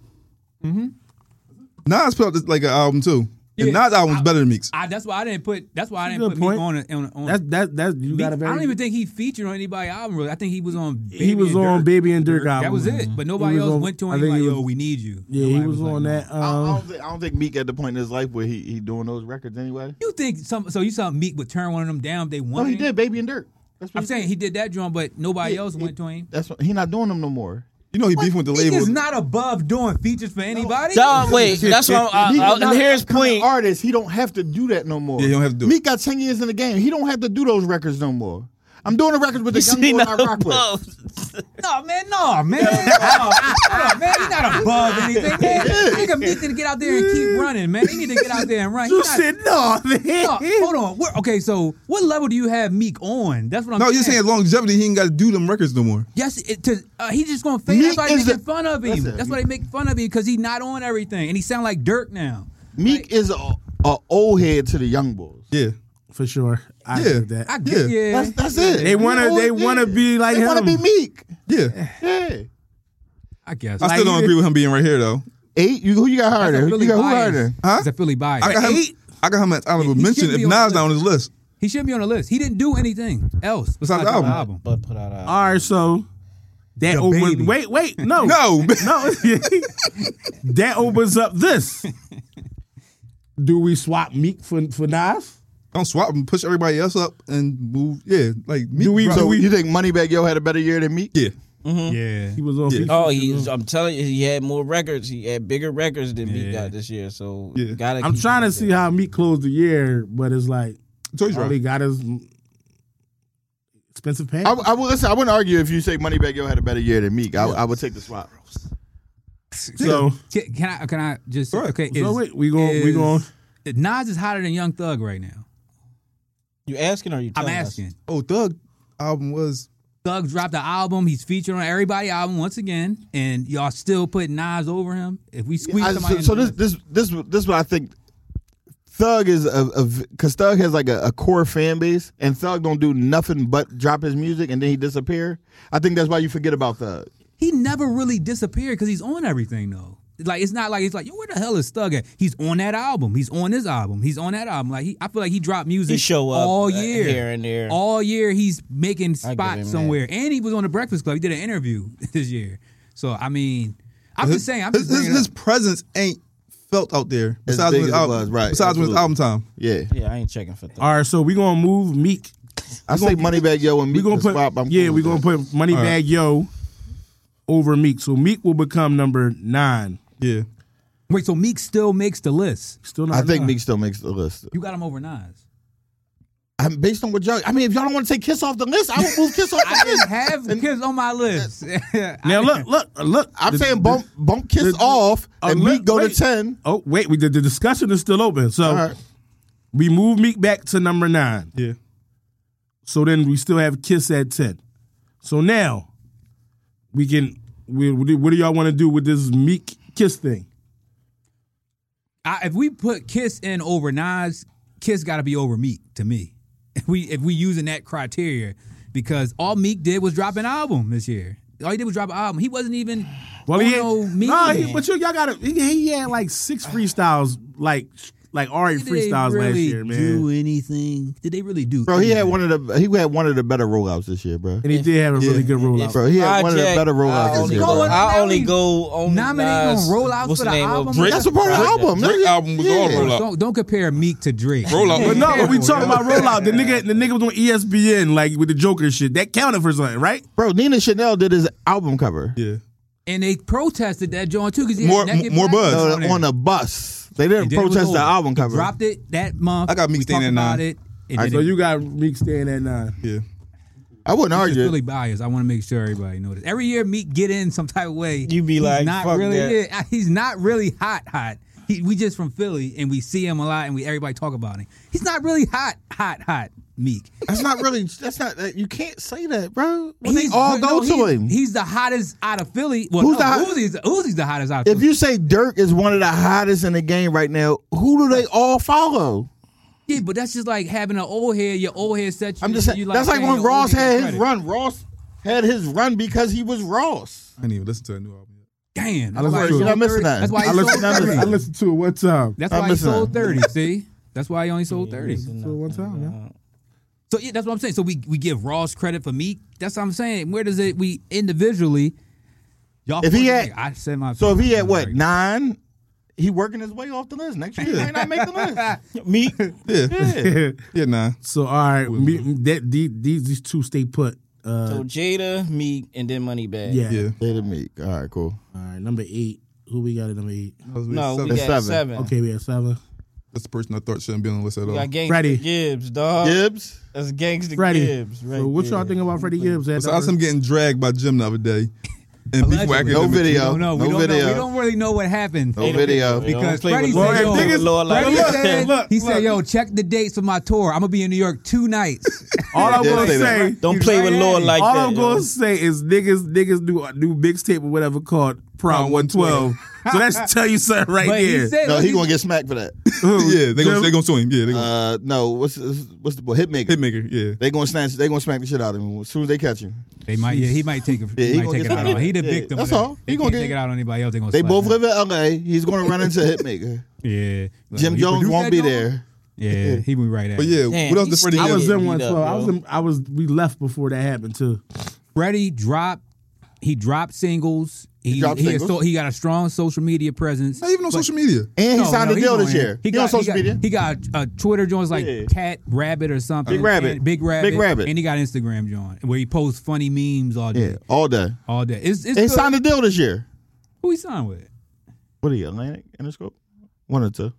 F: Mm-hmm. Nas put out this, like an album too, and
D: Yeah.
F: Nas album's better than Meek's.
D: I, that's why I didn't put. That's why I
B: That's a
D: didn't put
B: good
D: Meek
B: point.
D: on. a- on, on
B: That's that that you got a very.
D: I don't even think he featured on anybody's album. Really, I think he was on. Baby
B: he was
D: and
B: on
D: Dirt.
B: Baby and Dirk album.
D: That was it. But nobody
B: was
D: else
B: on-
D: went to
B: I
D: him.
B: think
D: Like,
B: he
D: yo,
B: was-
D: we need you.
B: Yeah, he
D: Nobody
B: was
D: like,
B: on
D: no.
B: that.
E: I, I
B: Um,
E: don't think, I don't think Meek at the point in his life where he, he doing those records anyway.
D: You think some? So you saw Meek would turn one of them down if they
E: No,
D: wanted?
E: he
D: him?
E: did Baby and Dirt. That's what
D: I'm
E: he
D: saying he did that drum, but nobody
E: Yeah,
D: else
E: he-
D: went to him.
E: That's what, he not doing them no more.
F: You know he beefing with the
D: Meek
F: label.
D: is not above doing features for anybody.
C: Dog, wait. That's what I'm.
E: Meek
C: I,
D: uh,
E: is
C: I,
E: not
C: here's
E: that kind of
C: point.
E: Artist, he don't have to do that no more.
F: Yeah, he don't have to do it.
E: Meek got ten years in the game. He don't have to do those records no more. I'm doing the records with the young
C: See,
E: boy
C: no
E: I rock with.
C: bugs.
D: No, man, no, man. No, no, man, he's not above anything, man. Nigga need to get out there and keep running, man. He need to get out there and run. He
B: You
D: not-
B: said no, man.
D: No, hold on. What- okay, so what level do you have Meek on? That's what I'm
F: no,
D: saying.
F: Oh, you're saying longevity. He ain't got to do them records no more.
D: Yes, it, to, uh, he's just gonna fade.
E: Meek
D: That's why they
E: is
D: making
E: the-
D: fun of him.
E: Listen.
D: That's why they make fun of him because he's not on everything, and he sound like Dirk now.
E: Meek is a, a old head to the young boys.
F: Yeah,
B: For sure. I
F: Yeah.
B: yeah. that.
D: I get
F: Yeah.
D: yeah.
E: That's that's it.
B: They wanna- they wanna be like
E: they They
B: him.
E: want to be Meek.
F: yeah.
E: Yeah.
D: I guess.
F: I
D: Like,
F: still don't agree with him being right here though.
E: Eight. You who you got
D: that's
E: hired?
D: a
E: there?
D: Philly
E: You got who
D: bias.
E: hired? there?
F: Huh?
D: It's a Philly bias.
F: I got him. I got him at honorable
D: He
F: mention.
D: should
F: If
D: be on
F: Nas
D: the
F: not on his list,
D: he should be on the list. He didn't do anything else besides,
F: the
D: the
F: album.
D: album.
C: But put out a.
B: All right, so that
D: The baby.
B: opens. Wait, wait, no,
F: no.
B: no. that opens up this. Do we swap Meek for for Nas?
F: don't swap him. Push everybody else up and move. Yeah, like Meek,
B: we-
F: bro.
E: So you think Moneybag Yo had a better year than Meek?
F: yeah.
D: Yeah.
B: He was on.
F: Yeah.
B: feature.
C: Oh, he's, I'm telling you, he had more records. He had bigger records than Meek
D: Yeah.
C: got this year. So
F: Yeah.
C: gotta.
B: I'm
C: keep
B: trying
C: him
B: to
C: up
B: see
C: there.
B: how Meek closed the year, but it's like
F: Toys
B: all
F: R
B: he
F: Us.
B: got is expensive pants.
E: I, I will listen. I wouldn't argue if you say Moneybag Yo had a better year than Meek. I, I would take the swap.
B: so
D: Can, can I? Can I just?
F: Right.
D: Okay.
B: so
D: is-
B: wait, we going we
D: is-
B: going.
D: Nas is hotter than Young Thug right now.
C: You asking or you?
D: I'm
C: telling us?
D: asking.
F: Oh, Thug album was
D: Thug dropped the album. He's featured on everybody album once again, and y'all still put Nas over him. If we squeeze
E: I-
D: somebody,
E: so
D: in
E: so
D: the
E: this,
D: list-
E: this this this is what I think. Thug is a because Thug has like a, a core fan base, and Thug don't do nothing but drop his music and then he disappear. I think that's why you forget about Thug.
D: he never really disappeared because he's on everything though. Like it's not like it's like yo, where the hell is Thug at? He's on that album. He's on this album. He's on that album. Like he, I feel like he dropped music
C: He show up
D: all
C: uh,
D: year.
C: here and there.
D: All year he's making
C: I give him
D: spots
C: that.
D: somewhere, and he was on the Breakfast Club. He did an interview this year. So I mean, I'm just saying. I'm
F: his,
D: just
F: his,
D: bringing it
F: his
D: up.
F: presence ain't felt out there. Besides
E: big
F: when his
E: as it
F: album,
E: was, right,
F: Besides when it's
E: absolutely.
F: album time.
E: Yeah,
C: yeah, I ain't checking for Thug.
B: All right, so we gonna move Meek.
E: I say Moneybag Yo and
B: We
E: Meek
B: gonna
E: the
B: put
E: swap. I'm
B: yeah,
E: cool
B: we
E: with
B: gonna
E: that.
B: put Money
F: All right.
B: Bag Yo over Meek. So Meek will become number nine.
F: Yeah.
D: Wait, so Meek still makes the list.
B: Still not.
E: I think
B: nine.
E: Meek still makes the list.
D: You got him over Nas.
E: I'm based on what y'all. I mean, if y'all don't want to take Kiss off the list, I would move Kiss off
D: I
E: the
D: didn't
E: list.
D: have Kiss on my list.
B: Now look, look, look.
E: I'm
B: The-
E: saying
B: the-
E: bump bump Kiss
B: the-
E: off and
B: Oh,
E: Meek go
B: wait.
E: to ten.
B: Oh wait, we did the discussion is still open. So
E: All right.
B: we move Meek back to number nine.
F: Yeah.
B: So then we still have Kiss at ten. So now we can. We, what do y'all want to do with this Meek Kiss thing?
D: I, if we put Kiss in over Nas, Kiss got to be over Meek to me. If we if we using that criteria, because all Meek did was drop an album this year. All he did was drop an album. He wasn't even
B: Well,
D: on
B: he
D: Oh, no
B: had,
D: Meek.
B: no, he, but you, y'all got to. He, he had like six freestyles, like like already
D: Did they
B: freestyles last
D: really
B: year, man.
D: Do anything? Did they really do?
E: Bro, he had
D: anything?
E: one of the he had one of the better rollouts this year, bro.
B: And he did have a really good rollout.
E: Bro, he had one of the
C: Project,
E: better
C: I
E: rollouts this
C: only
E: year.
C: go,
E: bro.
D: Going
C: I
D: now,
C: only
D: he
C: go on
D: nominating on
C: Nas.
D: rollouts
C: What's
D: for the
C: name?
D: album?
C: Drake.
E: That's a part of the album.
F: Drake
E: nigga.
F: album was all
E: Yeah.
F: rollout.
D: Don't don't compare Meek to Drake.
F: Rollout.
B: But no, but we
D: Terrible,
B: talking
D: yo.
B: about rollout. The nigga, the nigga was on E ESPN like with the Joker shit. That counted for something, right?
E: Bro, Nina Chanel did his album cover
F: Yeah.
D: and they protested that joint too because he
F: More-
D: had Naked
F: more
D: Black
F: buzz.
D: on
E: No,
D: there.
E: on uh, a bus. They didn't
D: And then it was
E: protest the
D: over.
E: album
D: They
E: cover.
D: Dropped it that month.
F: I got Meek
D: We
F: staying
D: talked
F: at
D: about
F: nine.
D: it. And
B: So
D: then it-
B: you got Meek staying at nine.
F: Yeah.
E: I wouldn't
D: It's
E: argue.
D: really biased. I want to make sure everybody knows. Every year, Meek get in some type of way.
C: You be
D: He's
C: like,
D: not
C: "Fuck
D: really.
C: that."
D: it. Uh, He's not really hot. Hot. He, we just from Philly, and we see him a lot, and we everybody talk about him. He's not really hot. Hot. Hot. Meek.
E: That's not really. That's not. That, you can't say that, bro. When
D: He's-
E: they all
D: no,
E: go to
D: he's-
E: him.
D: He's the hottest out of Philly. Well,
E: Who's
D: no,
E: the hot-
D: Uzi's, Uzi's the hottest out. Of
E: if
D: Philly.
E: you say Dirk is one of the hottest in the game right now, who do they all follow?
D: yeah, but that's just like having an old head. Your old head set you.
E: I'm just saying.
D: you
E: that's like
D: saying
E: when
D: your old
E: Ross
D: head
E: had
D: credit.
E: his run. Ross had his run because he was Ross.
F: I didn't even listen to that new album. yet.
D: Damn, that's
B: listened
D: why
B: to
D: he
B: it.
E: You're not
D: sold
E: missing
D: 30.
E: that.
D: That's why
E: I
D: he
E: listened-
D: sold
E: I listened-
D: thirty.
B: I listened to it one time.
D: That's
E: I'm
D: why he
E: missing
D: sold
E: that.
D: 30, see? That's why he only sold 30.
B: So one time, man.
D: So yeah, that's what I'm saying. So we, we give Ross credit for Meek. That's what I'm saying. Where does it we individually y'all
E: If he
D: fucking-
E: had-
D: I said my
E: So if he had what nine, he working his way off the list. Next year, he might not make the list.
C: Meek.
F: Yeah. Yeah, nah.
B: So all right, Meek, that the- these these two stay put Uh,
C: So Jada, Meek, and then Moneybag.
B: yeah.
F: Yeah.
E: Jada Meek. All right, cool.
B: All right. Number eight. Who we got at number eight?
F: That was
C: No, we
F: seven.
C: got
E: Seven.
C: seven.
B: Okay, we have seven.
F: That's the person I thought shouldn't be on the list at
C: We
F: all.
C: got Gangsta
B: Freddie.
C: Gibbs, dog.
E: Gibbs.
C: That's Gangsta
B: Freddie.
C: Gibbs. Right
B: so what
C: there.
B: y'all think about Freddie Gibbs? At
F: Besides him
B: number-
F: getting dragged by Jim the other day, and beef
D: Allegedly.
F: whacking
E: No
F: him.
D: We
E: video.
D: don't know. We
E: No
D: don't know.
E: video.
D: We don't really know what happened.
E: No video.
C: They don't
D: Because
C: play with
D: Freddie
C: Lord.
D: said, yo,
C: They play with Lord like
D: Freddie
C: that.
D: said,
B: look,
D: he said,
B: look.
D: "Yo, check the dates for my tour. I'm gonna be in New York two nights."
B: all I'm
E: Yeah,
B: gonna
E: say that.
B: say.
C: Don't
D: He's
C: play
D: right
C: with Lord
D: at it.
C: like
B: all
C: that.
B: I'm
C: yo.
B: gonna say is niggas niggas do do mixtape or whatever called Prom
F: Prom
B: 112. so that's tell you something right
D: But
B: there.
D: he said,
E: No,
D: look,
E: he gonna get smacked for that.
F: Yeah, they gonna they gonna sue him. Yeah, they gonna
E: Uh, no, what's what's the boy? Hitmaker.
F: hitmaker. Yeah,
E: They gonna snatch. They gonna smack the shit out of him as soon as they catch him.
D: They might, yeah, he might take it.
E: Yeah, he
D: he might
E: gonna
D: take it
E: get
D: out on. He the
E: yeah,
D: victim. of
E: that's
D: that.
E: all. He
D: They
E: gonna
D: can't
E: get-
D: take it out on anybody else. They gonna.
E: They
D: slap
E: both
D: him.
E: live in L.A. He's gonna run into Hitmaker.
D: Yeah. Like,
E: Jim
D: you
E: Jones
D: produce
E: won't
D: that
E: be
D: joint?
E: there.
D: Yeah, he be right at.
F: but
D: it.
F: yeah,
C: Damn,
F: what else
C: he
F: did Freddie
C: still-
B: I
F: Gibbs?
B: was
C: Yeah,
B: in
C: beat
B: one
C: up,
B: twelve. I was
C: bro.
B: in, I was we left before that happened too.
D: Freddie dropped. He dropped singles. He he,
E: dropped
D: is
E: singles.
D: So, he got a strong social media presence.
F: Not even on
D: But-
F: social media.
E: And he
D: No,
E: signed
D: no,
E: a deal
D: on
E: this
D: here.
E: year. He, on social
D: got,
E: media.
D: He got uh, Twitter joints like
E: Yeah.
D: Cat Rabbit or something.
E: Big Rabbit.
D: and Big Rabbit.
E: Big Rabbit.
D: And he got Instagram joint where he posts funny memes all day.
E: yeah, all day.
D: All day. It's, it's
E: They
D: good.
E: signed a deal this year.
D: who he signed with.
E: What are you, Atlantic Interscope? One or two.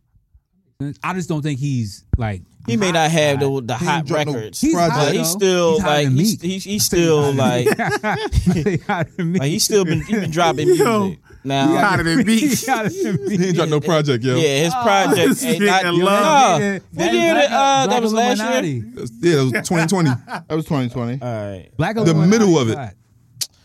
D: I just don't think he's like
C: He may not have the, the hot
F: drop no-
C: records,
D: He's hot,
C: but
D: though.
C: he's still
D: He's hotter
C: like
D: than
C: he's,
D: Meek.
C: he's, he's still like
D: He hotter than me.
C: like he's still been he been dropping music
B: Yo,
C: now.
B: He hotter than me.
D: He hotter than me.
F: He ain't dropped no project, yo.
C: Yeah, his project.
B: this
C: ain't
B: nigga
C: not,
B: love.
C: Nah,
D: Black-
C: what year that, uh, that was last
D: Illuminati.
C: year?
F: That's- yeah, that was 2020.
E: That was 2020.
C: All right.
D: Black
F: The middle of it.
D: Illuminati.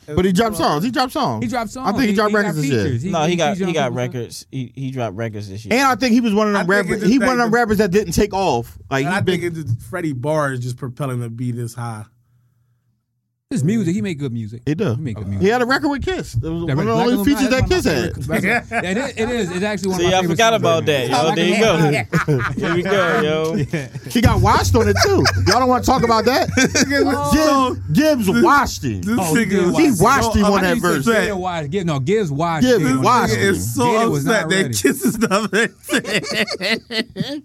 E: Uh, But he dropped songs. He dropped songs.
D: He dropped songs.
E: I think he dropped
D: got
E: records this year.
D: features.
C: No, he got he
D: featured
C: got
D: on-
C: records. He he dropped records this year.
E: And I think he was one of
B: I
E: them
B: think
E: rappers.
B: it's just
E: He one of them
B: like-
E: rappers that didn't take off. Like
B: And I
E: he
B: think
E: been,
B: it's just, Freddie Barr is just propelling to be this high.
D: His music. He made good music.
E: he do.
D: He made good
E: He
D: music.
E: had a record with Kiss. It
D: That
E: was one of the
D: Black
E: only features
D: Illuminati
E: that
D: is
E: Kiss
D: one of my
E: had.
D: favorite- It is. It is. It's actually one of
C: See,
D: my
C: I
D: favorite
C: forgot
D: songs
C: about
D: right now.
C: that. Yo,
D: Black
C: there you
D: Illuminati.
C: go. Here we go, yo.
E: He got washed on it too. Y'all don't want to talk about that. Gibbs, Gibbs washed him.
B: This
D: Oh,
B: nigga
D: dude,
B: is
D: he
B: so
E: watched him on
B: upset.
E: that
D: He said
E: verse.
D: Jada Wise- Gi- No, Gibbs Wise.
E: Gibbs
D: did it on
E: Wise.
D: that.
B: Nigga is so
D: Jada was
B: upset
D: not
B: that
D: ready.
B: kisses the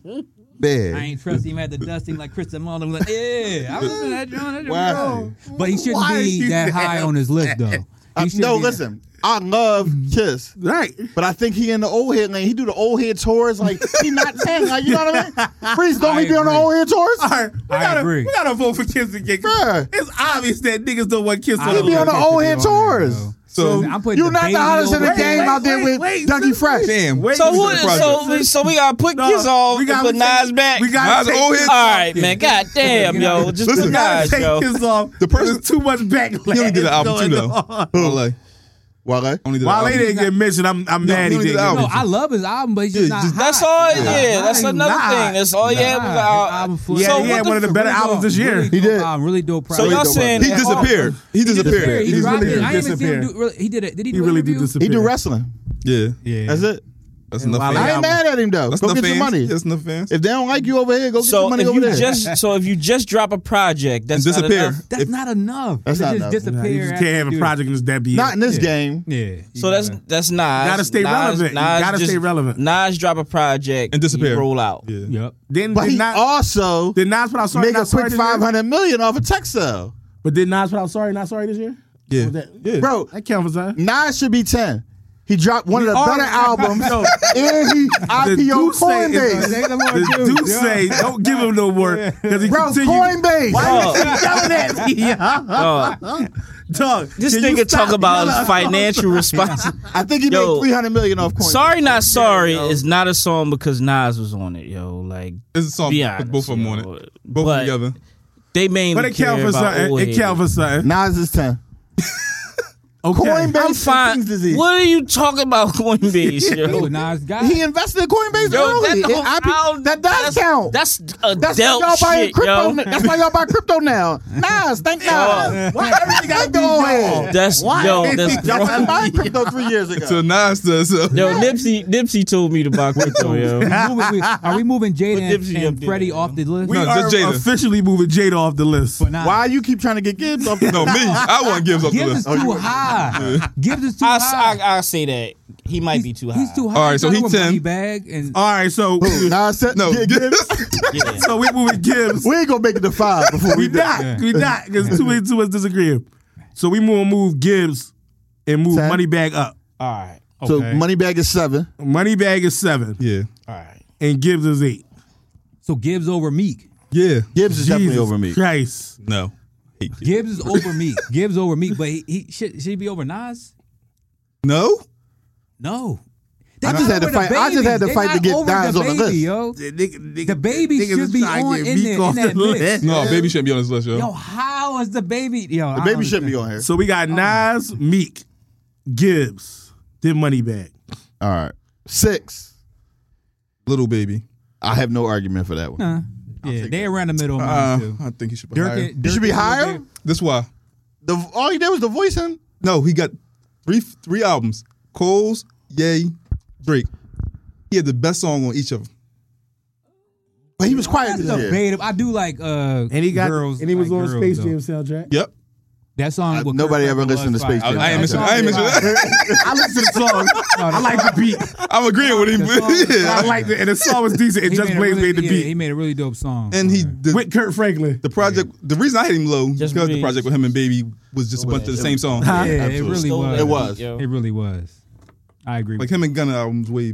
B: other.
D: I
E: Bad.
D: ain't trust him at the dusting like Krista Mullin. was Like, yeah, I was in that John. That
E: Why?
D: John. But he shouldn't
B: Why is
D: be
B: he
D: that
B: mad?
D: high on his list, though. He
E: I,
D: shouldn't
E: no,
D: be that-
E: listen. I love Kiss,
B: right.
E: but I think he in the old head lane. He do the old head tours. Like he not ten. Like you know what I mean? Freeze, don't
D: I
E: he be on the
D: agree.
E: old head tours?
B: All right. We
D: I
B: gotta,
D: agree.
B: We gotta vote for Kiss again.
E: Bruh.
B: It's obvious that niggas don't want Kiss
D: I
B: on
E: He
B: the
D: don't
E: be
D: know
E: on
B: list.
E: the
D: if it
E: old
D: should
E: head
D: be on there,
E: tours.
D: though.
F: So-
D: Listen, I'm putting
E: You're not
D: baby
E: the hottest in the
D: over-
E: game
B: wait,
E: out there
B: wait,
E: with
B: wait,
E: Dougie
B: this-
E: Fresh.
F: Damn.
B: Wait,
C: So
B: this is
C: who?
B: a project.
C: So so we gotta put
B: No,
C: Kiss on
B: we
C: and
B: gotta
C: put Nas
B: take-
C: back.
B: we gotta
F: Nas
B: take-
F: old
C: All
F: head.
C: right, man. God damn, yo. Just
F: Listen,
C: put
B: We gotta
C: Nas,
B: take
C: yo.
B: this off.
F: The person-
B: There's too much backlash.
F: He only did an album too
B: going
F: though.
B: on.
F: Don't lie.
E: Wale.
F: Only did an
B: While they
F: album.
B: didn't get mentioned, I'm, I'm mad
F: he
B: he didn't.
F: only did
B: get
F: album.
D: No,
B: mentioned.
D: I love his album, but he's just
F: Yeah,
D: not.
F: just-
D: hot.
C: That's all. Yeah, that's
B: Nah,
C: another
B: nah.
C: thing. That's all. Yeah,
D: Nah.
C: was
D: His album
C: out.
D: flew
B: Yeah,
D: out.
C: So
B: he
C: what
B: had
C: the
B: one of the
C: f-
B: better
D: Really
B: albums this
D: dope.
B: year.
D: Really
E: He
D: dope
E: did.
D: album, really dope.
C: So
D: project.
C: y'all saying
F: He
C: that-
F: disappeared.
D: disappeared.
F: He disappeared.
D: He,
B: He
D: dropped
B: really
D: it. I
B: did
D: didn't see
B: disappear.
D: him do. Really, he did it. Did he?
B: He
D: do
B: really
D: interviews?
B: did disappear.
E: He do wrestling.
F: Yeah,
D: Yeah.
E: That's it.
F: that's
B: And
F: enough.
B: Wale-
F: fans.
E: I ain't mad at him though.
F: That's
E: go
F: enough
E: get your
F: fans.
E: money.
F: That's enough fans.
E: If they don't like you over here, go get your
C: So
E: money
C: if
E: over
C: you
E: there.
C: just so if you just drop a project, that's
F: And
C: Not
F: disappear.
C: enough.
D: That's
F: If-
D: not enough.
E: That's
D: to
E: not
D: just
E: enough.
B: Nah,
D: Disappear
B: you just
D: after
B: can't have
D: you
B: a
D: do
B: project in this dead
E: not in this
D: Yeah.
E: game.
D: it. Yeah. you
C: So that's
D: gotta-
C: that's Nas. Gotta
B: stay relevant. You gotta stay relevant.
C: Nas drop a project
F: And disappear.
C: he Roll out.
F: Yeah.
D: Yep.
B: Then
E: But
B: did
E: he
B: not
E: also
B: did Nas put out sorry
E: make a
B: not sorry
E: quick
B: this year?
E: five hundred million off a of tech sale.
B: But did Nas put out sorry not sorry this year?
F: Yeah.
B: Was that-
F: yeah.
E: Bro,
B: That counts for something.
E: Nas should be ten. He dropped one of the
B: all-
E: better albums,
B: Yo,
E: and he IPO Coinbase.
B: The do say don't give him no more because he
E: Bro,
B: continue.
E: Coinbase.
B: Why you keep yelling at me? Dog,
C: This
B: can you
C: nigga
B: stop
C: talk about
B: yelling?
C: financial responsibility.
E: I think he
C: Yo.
E: made three hundred million off Coinbase.
C: sorry, not sorry is not a song because Nas was on it, yo. Like
F: It's a song
C: Be
F: with both of them on
C: honest, yo.
F: it. Both
C: But-
F: together.
C: they mainly
B: But it count
C: care
B: for
C: about
B: something.
C: old
B: It
C: heads.
B: count for something.
E: Nas is ten.
B: Okay.
E: Coinbase
C: I'm
E: and
C: fine.
E: King's disease.
C: What are you talking about, Coinbase?
D: He
C: yo?
D: was Nas guy.
E: He invested in Coinbase
C: Yo,
E: early.
C: that,
E: That,
C: don't count.
E: that does
C: that's,
E: count.
C: That's adult
E: That's why y'all buying
C: shit,
E: crypto.
C: yo.
E: now. That's why y'all buy crypto now. Nas, thank
C: Yo.
E: Nas. Why everything got going?
C: That's yo. That's
E: Y'all
C: wrong.
E: started buying crypto three years
F: So
E: ago.
F: Nas does. So.
C: Yo, Nipsey, Nipsey told me to buy crypto, yo.
D: We moving- we- Are we moving Jada
C: Dipsey
D: and,
C: up
D: and
C: there,
D: Freddie
C: yo.
D: off the list?
B: We
F: No,
B: are
F: just Jada.
B: officially moving Jada off the list.
D: But not.
E: Why you keep trying to get Gibbs off the
F: No, me. I want Gibbs off the
D: Gibbs is
F: list.
D: too high. high. Gibbs is too
C: I,
D: high.
C: I, I say that he might be too high.
D: He's too high.
F: All right, so
D: Another
F: he
D: one
F: 10.
D: Money bag and
B: All right, so
E: Nah, I said,
F: No,
E: yeah, yeah.
C: Yeah.
B: so we moving Gibbs.
E: we ain't gonna make it to five before
B: We
E: we die.
B: not, we not, because too many to us disagree. So we move move Gibbs and move
E: Ten.
B: Moneybag up.
C: all right,
E: So
D: Okay.
E: Moneybag is seven.
B: Moneybag is seven
F: Yeah.
C: all right.
B: and Gibbs is eight.
D: so Gibbs over Meek.
F: Yeah.
E: Gibbs is definitely
B: Jesus
E: over me.
B: Christ.
F: No.
D: Gibbs is over Meek. Gibbs over Meek, but he, he should, should he be over Nas?
F: No?
D: No. They
E: I just
D: not
E: had to
D: over the
E: fight- I just had to
D: baby. They
E: fight to
D: not
E: get
D: over
E: Nas on the
D: baby,
E: list.
D: Yo.
B: The
D: The baby should be on in there, in that mix.
F: No, baby shouldn't be on this list, yo.
D: yo, how is the baby? Yo,
E: The baby shouldn't be on here.
B: So we got Nas, Meek, Gibbs, then Moneybag.
E: All right, six.
F: Little baby.
E: I have no argument for that one.
D: Huh? Yeah, they around the middle. Of
F: Uh,
D: mine too.
F: I think he should be
D: Dirk,
F: higher.
D: Dirk
E: You should be
D: is over
E: higher.
D: there.
F: That's why.
E: The all he did was the voice in.
F: No, he got three three albums. Coles, Yay, Drake. He had the best song on each of them.
E: But he was quiet
D: That's
E: this year.
D: debatable. I do like uh,
B: And he got
D: girls.
B: and he was
D: like
B: on
D: girls,
B: Space
D: though.
B: Jam soundtrack.
F: Yep.
D: That song.
E: Uh,
D: with
E: nobody
D: Kurt
E: ever
D: Franklin
E: listened
D: was
E: to Space
D: fire.
E: Jam.
F: I ain't missing I ain't missing that.
B: I listened to the song. I like the beat.
F: I'm agreeing with him.
D: The song-
F: yeah.
B: I like the and the song was decent. It
D: He
B: just
D: made a
B: Blaze
D: really-
B: made the
D: yeah, He
B: beat.
D: made a really dope song.
F: And he the,
B: With Kurt Franklin.
F: the project the reason I had him low
C: Just
F: because the
C: breathe.
F: project with him and baby was just a bunch of the same song.
D: yeah, it
E: absolutely.
D: really
C: Stole
D: was.
C: that
E: It was.
C: beat, yo.
D: It really was. I agree.
F: Like
D: with
F: him and Gunna albums way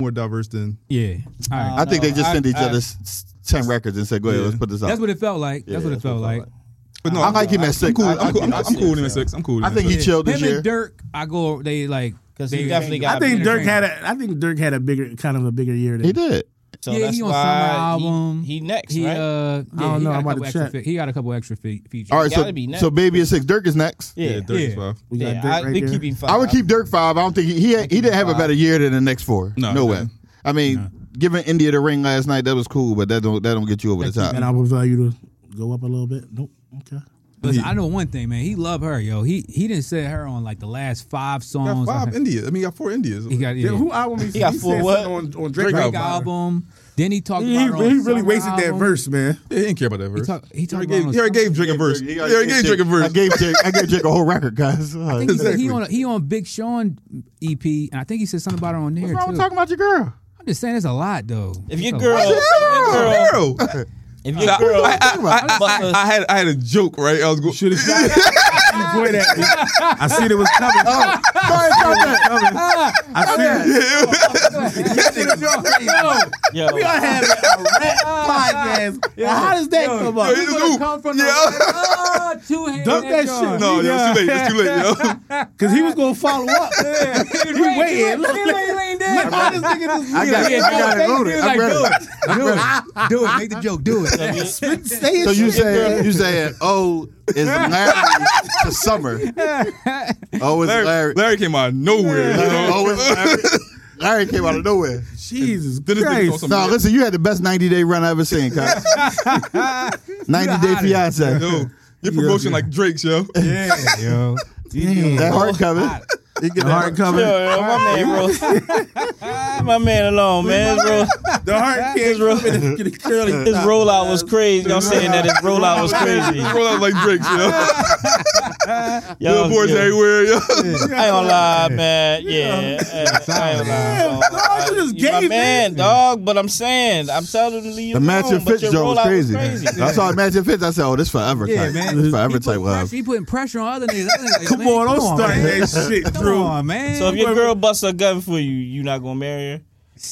F: more diverse than
D: you. yeah. I agree.
E: I think
C: No,
E: they just
C: I-
E: sent each
C: I-
E: other s- s- ten records and said, "Go ahead,
F: Yeah.
E: let's put this out."
D: that's what it felt like.
E: Yeah,
D: that's what it felt like.
F: But no,
E: I like him at
F: I'm
E: six.
F: cool.
E: I-
F: I'm
E: I-
F: cool. I'm,
E: I-
F: I'm cool in at six. I'm cool. in
E: I
F: at
E: think
F: six.
E: he chilled
D: Him
E: this year.
D: and Dirk, I go. They like
C: 'Cause he
D: they-
C: definitely
D: they-
C: got
B: I think
C: beat.
B: Dirk had a I think Dirk had a bigger kind of a bigger year than
E: He did.
C: So
D: Yeah,
C: that's
D: he on
C: why
D: summer album.
C: He, he next,
D: He,
C: right?
D: uh, yeah,
B: don't
D: he
B: know. I'm
D: Got a
B: about
D: couple
B: to
D: extra
B: check.
D: fe- he got a couple extra fe- features.
E: All right,
C: gotta
E: so
C: be next.
E: so baby is six. Dirk is next.
C: yeah,
F: Yeah, Dirk is
D: Yeah.
F: five.
B: We got
C: Yeah,
B: Dirk
C: I
B: right
C: think
B: there.
C: he'd be five.
E: I would keep Dirk five. I don't think he he, had, he didn't have a better year than the next four.
F: No,
E: No,
F: no.
E: way. I mean, giving India the ring last night that was cool, but that don't that don't get you over the top.
B: and album value to go up a little bit. Nope. Okay.
D: Listen, I know one thing, man. He loved her, yo. He he didn't say her on like the last five
F: Got
D: songs.
F: five India. I mean, got four Indias.
D: he got yeah.
B: who album he,
C: got
B: he
C: full
B: said
C: what?
B: something on, on Drake,
F: Drake
D: Drake
B: album.
D: album. Then he talked
B: He,
D: about
B: he
D: her on
B: really
D: summer
B: wasted that
D: album.
B: verse, man.
F: Yeah, he didn't care about that verse.
D: He talk, he
F: He
D: talked
F: already
D: about
F: gave,
D: on
F: he already
D: summer-
F: gave Drake a verse. He already gave Drake a
E: I
F: verse.
E: gave Drake, I gave Drake a whole record, guys.
D: I
E: What's
D: think he said he
F: Exactly.
D: on he on Big Sean EP, and I think he said something about her on there
E: wrong
D: too.
E: with talking about your girl?
D: I'm just saying, it's a lot though.
C: If your
D: It's a
C: girl,
D: lot.
C: if your girl,
F: Girl.
C: if your girl,
F: I, I, I, I, I had I had a joke right. I was going.
B: Should have shot it. You pointed at me. I seen it was coming.
E: Sorry about that.
B: I seen it.
C: yo,
B: I had a rap podcast. How does that come up?
F: Yo, it's
D: Gonna
F: Luke.
D: come from
F: Yeah.
D: the Ah, two-handed
B: Dump that
D: John.
B: shit.
F: No, yo, it's too late. It's too late, yo.
B: Because he was going to follow up.
D: He was waiting. He
B: waiting.
D: was waiting down.
B: How this nigga just
E: I got it. I got it loaded.
D: He was
E: I'm
D: like,
E: ready.
D: do it. Do it. Do it. Make the joke. Do it.
B: say
E: So
B: his
E: you
B: shit?
E: said you said oh is Larry to summer. Oh is
F: Larry,
E: Larry.
F: Larry came out of nowhere. you know?
E: Oh is Larry. Larry came out of nowhere.
B: Jesus
F: Then this nigga
B: Christ.
F: called
E: No,
F: somebody.
E: listen, you had the best 90 day run I ever seen, cuz. 90 day fiance.
F: Yo, your promotion like Drake's, yo.
D: Yeah, yo.
E: That hardcover. You get
B: The hardcover.
C: yo, my man, bro. Leave my man alone, man. His, roll,
B: The hard kids roll. Get curly.
C: his rollout was crazy. I'm saying that his rollout was crazy.
F: Roll out like Drake's, yo.
C: Yo,
F: Billboards
C: yo,
F: everywhere, yo.
C: I ain't gonna lie, man. Yeah, uh, I ain't gonna lie.
B: Damn, dog, you just
C: You my
B: gave
C: man, dog. But I'm saying, I'm telling him to leave
E: The
C: you
E: match
C: alone.
E: and
C: But
E: Fitz
C: your
E: joke was
C: rollout was
E: crazy.
C: crazy.
E: I saw match and Fitz. I said, oh, this forever
D: Yeah,
E: type.
D: man.
E: This forever type
D: Putting pressure-
E: love.
D: He putting pressure on other niggas. Other niggas like,
B: Come
D: man,
B: on, don't start
D: man.
B: that shit,
D: Come
B: Drew.
D: on, man.
C: So if your girl busts a gun for you, you not gonna marry her.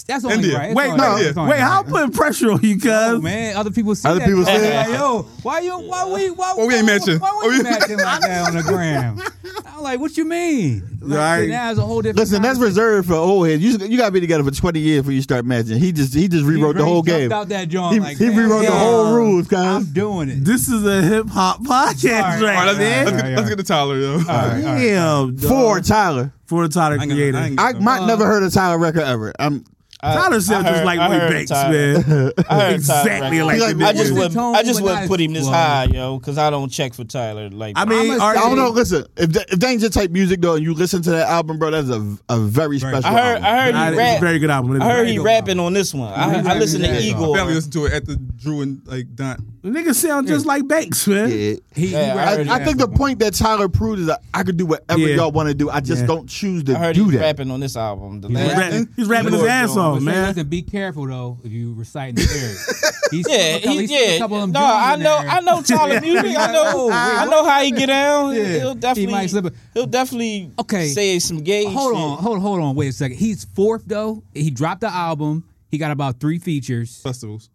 D: that's only
F: India.
D: right. It's
B: Wait,
D: only
B: no.
D: right. It's only
B: Wait,
D: right.
B: how I'm putting pressure on you,
D: Oh,
B: cuz?
D: man, other people see
E: Other
D: that.
E: people
D: They
E: see
D: like,
E: that. Oh,
D: yo, why you, why we, why,
F: Why we ain't matching?
D: Why
F: Why
D: we
F: we-
D: matching like that on the gram? I'm like, what you mean? Like,
B: Right.
D: Now it's a whole different.
E: Listen, that's reserved for old heads. You, should- you gotta be together for 20 years before you start matching. He just he just rewrote the whole game.
D: Out that joint,
E: He,
D: like,
E: he rewrote the
D: damn,
E: whole rules,
D: I'm
E: guys.
D: doing it.
B: This is a hip hop podcast
F: All right,
B: right
F: let's, let's,
B: there.
F: get, let's get to Tyler, yo.
B: Damn, dog.
E: For Tyler.
B: for a Tyler
F: I ain't gonna- I
B: creator.
F: ain't
E: I
F: gonna-
E: might never heard a Tyler record ever. I'm
B: Tyler sounds just
C: heard-
B: like
C: I
B: Lloyd
C: heard
B: Banks,
C: Tyler.
B: man.
C: I heard
B: Exactly
C: Tyler.
B: like
E: He's
B: the
E: like, I
C: I
B: nigga.
C: just
D: What's
C: wouldn't.
D: the tone
C: I just
D: when
C: wouldn't
D: I-
C: put him this
D: well-
C: high, yo, because I don't check for Tyler. Like
B: I mean,
D: I'ma
B: all
D: say-
E: I don't
B: right,
E: know. Listen, if that, if that ain't your type music though, and you listen to that album, bro, that's a a very special.
C: I heard.
E: album.
C: I heard
B: nah,
C: he
B: it's a
C: rap.
B: very good album. It's
C: I heard he
B: very
C: rapping on this one. I, I listened to
D: Yeah.
C: Eagle.
F: Family listened to it at the Drew and like Don.
B: good. nigga sound just like Banks, man.
E: Yeah.
D: He,
C: Yeah,
D: he
C: I
D: rapped
C: heard
D: his
E: I
D: ass
E: think the
D: off on
E: point that Tyler proved is that I could do whatever
B: Yeah.
E: y'all want to do. I just
B: Yeah.
E: don't choose to
C: I heard
E: do
C: he's
E: that.
C: rapping on this album. The
B: He's
C: last-
B: rapping, he's rapping his
C: Lord,
B: ass
C: yo.
B: off,
D: But say,
B: man.
D: listen, be careful though if you reciting the lyrics. He's
C: Yeah,
D: he,
C: he, yeah. No,
D: Jones
C: I
D: in
C: know,
D: there.
C: I know Tyler music. I know,
D: Oh, wait,
C: I know how he get down. He'll definitely,
D: might slip it.
C: he'll definitely,
D: Okay.
C: say some gay.
D: Hold
C: shit.
D: on, hold hold on, wait a second. He's fourth though. He dropped the album. He got about three features.
F: Festivals.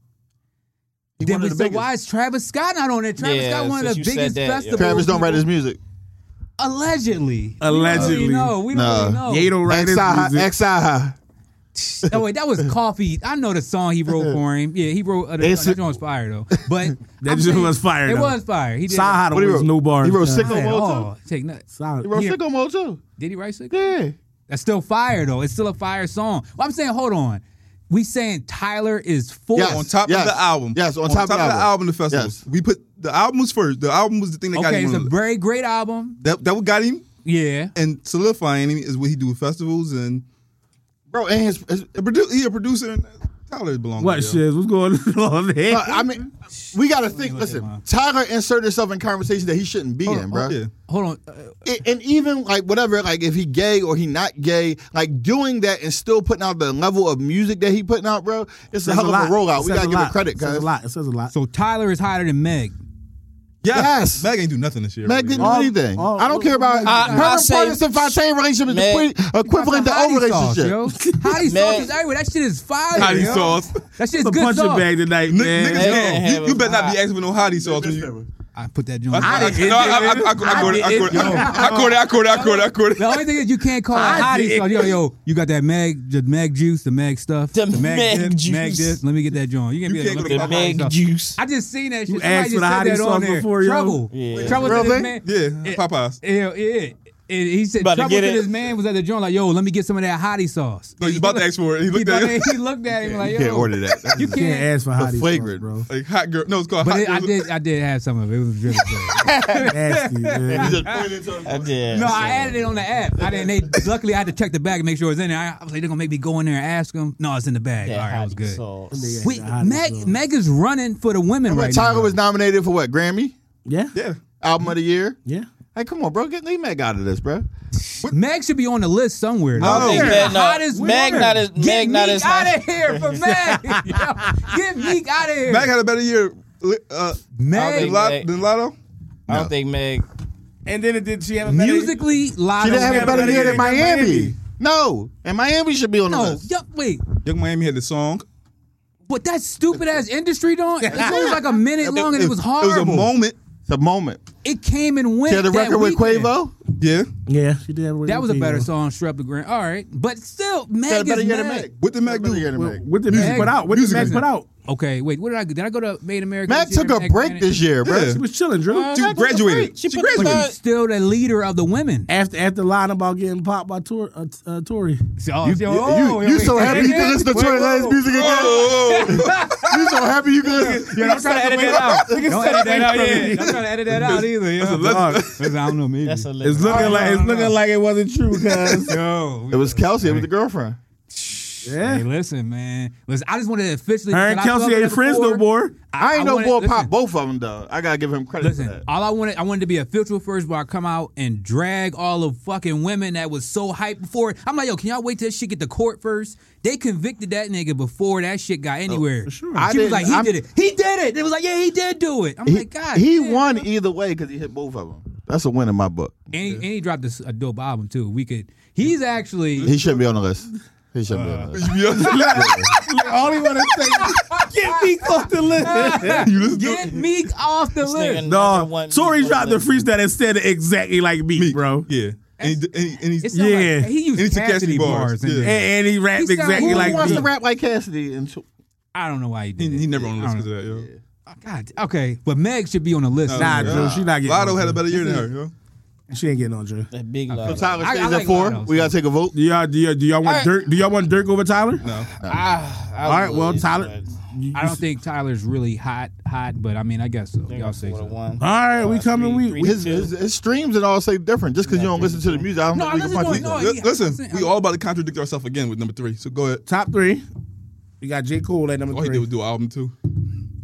E: He
D: Then
E: one
D: we
E: of the
D: said,
E: biggest.
D: why is Travis Scott not on it? Travis
C: Yeah,
D: Scott one of
C: since
D: the
C: you said
D: biggest
C: that, yeah.
D: festivals.
E: Travis don't write his music.
D: allegedly.
B: Allegedly.
D: No, we don't really
E: Nah.
D: know.
B: Ye don't write his
E: Exiha,
B: music.
E: exiha.
D: Oh wait, that was coffee. I know the song he wrote for him. Yeah, he wrote. Uh, the,
E: It's-
D: that joint was fire though. But
B: That
D: I'm
B: joint
D: saying-
B: was fire,
D: It
B: though.
D: was fire. He did.
B: Sahada
E: What he
B: was
E: wrote?
B: no bars.
E: He wrote
B: son.
E: sick
D: Man,
E: Mode, too.
D: oh, take nuts.
B: Solid.
E: He wrote
D: Here.
E: Sicko Mode too.
D: Did he write six?
E: Yeah.
D: That's still fire though. It's still a fire song. Well, I'm saying, hold on. We saying Tyler is fourth.
E: Yes.
F: On top
E: Yes.
F: of the album.
E: Yes, on top of the album.
F: the festivals.
E: Yes.
F: We put the album was first. The album was the thing that got
D: Okay,
F: him.
D: it's a
F: on the-
D: very great album.
F: that that what got him
D: Yeah.
F: and solidifying him is what he do with festivals and
E: Bro, and his, his
F: a produ- he a producer and Tyler belongs.
B: What shit? What's going on there?
E: Uh, I mean,
B: Mm-hmm.
E: we got to think.
D: look at
E: Listen,
D: mine.
E: Tyler inserted himself in conversations that he shouldn't
B: Oh,
E: be in, bro.
F: Yeah.
D: Hold on. Uh,
E: And- and even like whatever, like if he gay or he not gay, like doing that and still putting out the level of music that he putting out, bro, it's a
B: Says
E: hell of
B: lot.
E: a rollout.
B: It
E: We
B: says
E: gotta
B: a
E: give him
B: lot.
E: credit,
B: It says
E: guys.
B: a lot. It says a lot.
D: so Tyler is higher than Meg.
E: Yes.
F: Meg ain't do nothing this year.
E: Meg didn't do
B: All-
E: anything.
B: all-
E: I don't care about
C: I-
E: her
C: I
E: and
C: say-
E: Partis and Fontaine relationship is
C: Meg-
E: equi- equivalent to our
D: Hottie sauce,
E: relationship.
D: yo. Hottie sauce
C: Meg-
D: is everywhere. That shit is fire.
F: Hottie
D: yo.
F: sauce.
D: That shit's
B: It's a
D: good
B: punching
D: sauce.
B: bag tonight,
F: N-
B: man.
F: niggas,
C: Meg
F: don't.
C: had
F: You, you
C: a
F: better not
C: vibe.
F: be asking for no hottie sauce. when you-
D: I put that joint.
F: That's
D: I
F: not-
D: didn't-
F: No, I I- I- I caught it. I caught it. I caught it. I caught it. I caught it. I caught it.
D: The only thing is you can't call it
B: I
D: hottie
B: did.
D: sauce. Yo, yo, you got that Meg, the Meg juice, the Meg stuff,
C: The Meg
D: dip,
C: juice.
D: Meg this. Let me get that joint. You can
F: You
D: be
F: can't
D: like,
F: go to
D: look at
F: Popeyes
D: hot
C: Meg
D: sauce.
C: juice.
D: I just seen that shit.
B: You
D: Somebody
B: asked for
D: just
B: the
D: said
B: hottie
D: that
B: sauce
D: on there.
B: before, yo.
D: Trouble.
C: Yeah.
D: Trouble said
E: Really?
D: his man.
F: Yeah, Popeyes.
D: Yeah, yeah. And he said
C: About to
D: Trouble
C: get
D: said
C: it.
D: his man was at the joint like, yo, let me get some of that hottie sauce.
F: No, he's about to ask for it. He
D: He,
F: looked at it.
D: thought- he looked at him like, yo,
E: You can't order that.
D: you
B: You can't
D: can't.
B: ask for hotties,
E: flagrant.
B: bro.
F: Like hot girl. No, it's called
D: But
F: hot
D: it, I
F: girl.
D: did, I did have some of it. It was really good.
B: Nasty, man.
C: I did.
D: No, I added it on the app. I didn't. They, luckily, I had to check the bag and make sure it was in there. I, I was like, they're gonna make me go in there and ask them. No, it's in the bag. All right, that was good.
C: good.
D: We,
B: Yeah,
D: Meg,
B: hotties,
D: Meg is running for the women
E: Remember
D: right
E: Tyler
D: now.
E: was nominated for what? Grammy
B: Yeah,
F: Yeah.
E: album of the year.
B: yeah.
E: Hey, come on, bro, get leave Meg out of this, bro.
D: Meg should be on the list somewhere.
C: I
E: Oh,
C: don't think
D: Here,
C: Meg, no,
D: hottest
C: Meg
D: woman.
C: not as
D: Get
C: Meg not
D: Meek
C: as
D: out
C: high.
D: of here for Meg. Yo, get Meek out of here.
F: Meg had a better year. Uh,
D: Meg,
F: than Lot-
C: Meg.
F: than Lotto.
C: I don't think Meg.
B: And then it did. She have a better-
D: musically, Lotto.
E: She didn't have a better year than
B: Miami.
E: Miami. No, and Miami should be on the
D: No,
E: list.
D: yup, wait.
F: Young Miami had the song.
D: But that stupid ass industry doing it was like a minute long and it was
F: It was a
D: horrible.
F: moment.
E: It's a moment.
D: It came and went.
E: She had a
D: that
E: record with
D: weekend.
E: Quavo.
F: Yeah.
B: Yeah, she did. have
D: That was a
B: record
D: better
B: deal.
D: song, Shrub the Grand. All right. But still,
E: She had
D: Meg
E: a better
D: is
E: year than
D: Meg.
E: Meg.
F: What did Meg
E: Better
F: do?
E: year than Meg.
B: What did Meg
D: Meg-
B: put out? What did Meg
F: music.
B: put out?
D: Okay, wait, what did I do? Did I go to Made America?
E: Meg
D: this year?
E: took a break
D: Planet?
E: this year, bro.
F: Yeah.
B: She was chilling, Drew.
D: Uh,
F: She
D: Meg took a
F: graduated.
D: break.
F: She
C: She put the
F: graduated.
C: third-
D: Still the leader of the women.
B: after after lying about getting popped by Tor, uh, uh, Tory.
D: Oh,
E: You,
D: yo,
E: you-
D: oh,
E: you, you
D: wait,
E: so
D: wait,
E: happy
D: wait,
E: you can
D: wait,
E: listen to
D: whoa,
E: Tory Lane's
D: whoa.
E: music again?
F: Oh,
E: You so happy you can listen.
D: Yeah, I'm trying to edit that out. Don't edit that out. Yeah, I'm trying to edit that out either. yo.
B: Dog,
D: Listen, I don't know, maybe.
C: That's a
B: it's
C: little.
B: looking like it's looking like it wasn't true, cuz.
D: Yo,
E: It was Kelsey. It was the girlfriend.
D: Hey,
B: yeah.
D: listen, man. Listen, I just wanted to officially.
B: Her and
D: I felt
B: Kelsey
D: it
B: ain't friends no
D: before.
B: more.
E: I ain't no
D: wanted-
E: boy
D: listen.
E: pop both of them though. I gotta give him credit for
D: Listen, oh
E: that.
D: all I wanted, I wanted to be official first, but I come out and drag all of fucking women that was so hyped before. I'm like, yo, can y'all wait till this shit get to court first? They convicted that nigga before that shit got anywhere.
B: sure.
E: I
D: She was
E: didn't-
D: like, he
E: I'm-
D: did it. He did it. It was like, yeah, he did do it. I'm
E: He,
D: like, God,
E: he
D: damn,
E: won
D: bro."
E: either way because he hit both of them. That's a win in my book.
D: And he, and he dropped this, a dope album too. We could. He's actually.
E: He should be on the list. He should be on the list.
B: All he want to say, get me off the list.
F: you listen to
D: Get Meek off the
C: nigga
D: list.
B: No, Tory dropped the freestyle that said it exactly like me,
F: Meek,
B: bro.
F: Yeah. And, he- and, he- and he's,
D: It sound like-
B: Yeah.
D: he used
F: And he took
D: Cassidy
F: Cassidy bars,
D: bars. in
F: yeah.
D: there.
B: And, and he rapped
D: He sound-
B: exactly
D: who
B: like
E: wants to
B: me.
E: rap like Cassidy? And so-
D: I don't know why he did
F: he,
D: it.
F: he never on the list
D: I don't
F: because of that, yo.
D: know. God, okay, but Meg should be on the list.
B: Nah,
D: somewhere.
B: Oh, Drew, she not getting.
F: Lotto
B: no
F: had a
B: credit.
F: better year than her, yo.
B: She ain't getting on Dre.
C: That big
E: So
C: lotto.
E: Tyler
D: I- I
E: stays
D: like
E: at four.
D: Lotto.
E: We gotta take a vote.
B: Do y'all do y'all, do y'all want
C: I-
B: Dirk? Do y'all want Dirk over Tyler?
F: No.
C: Ah, I
B: All right. Well,
C: would,
B: Tyler.
C: but
B: you-
D: I
B: you-
D: don't think Tyler's really hot, hot, but I mean, I guess so.
C: I think I
D: Y'all say
C: would've
D: so.
C: won.
B: All right, we coming. We, we
E: His, his, his streams and all say different. Just because you don't listen to the music, I don't
D: No, I
E: think we can
D: listen
E: punch
D: to
E: you.
D: it. No,
F: Li-
D: yeah,
F: Listen,
D: listen,
F: we
D: I-
F: all about to contradict ourselves again with number three. So go ahead.
B: top three. We got J Cole at number
F: All he
B: three.
F: did was do an album too.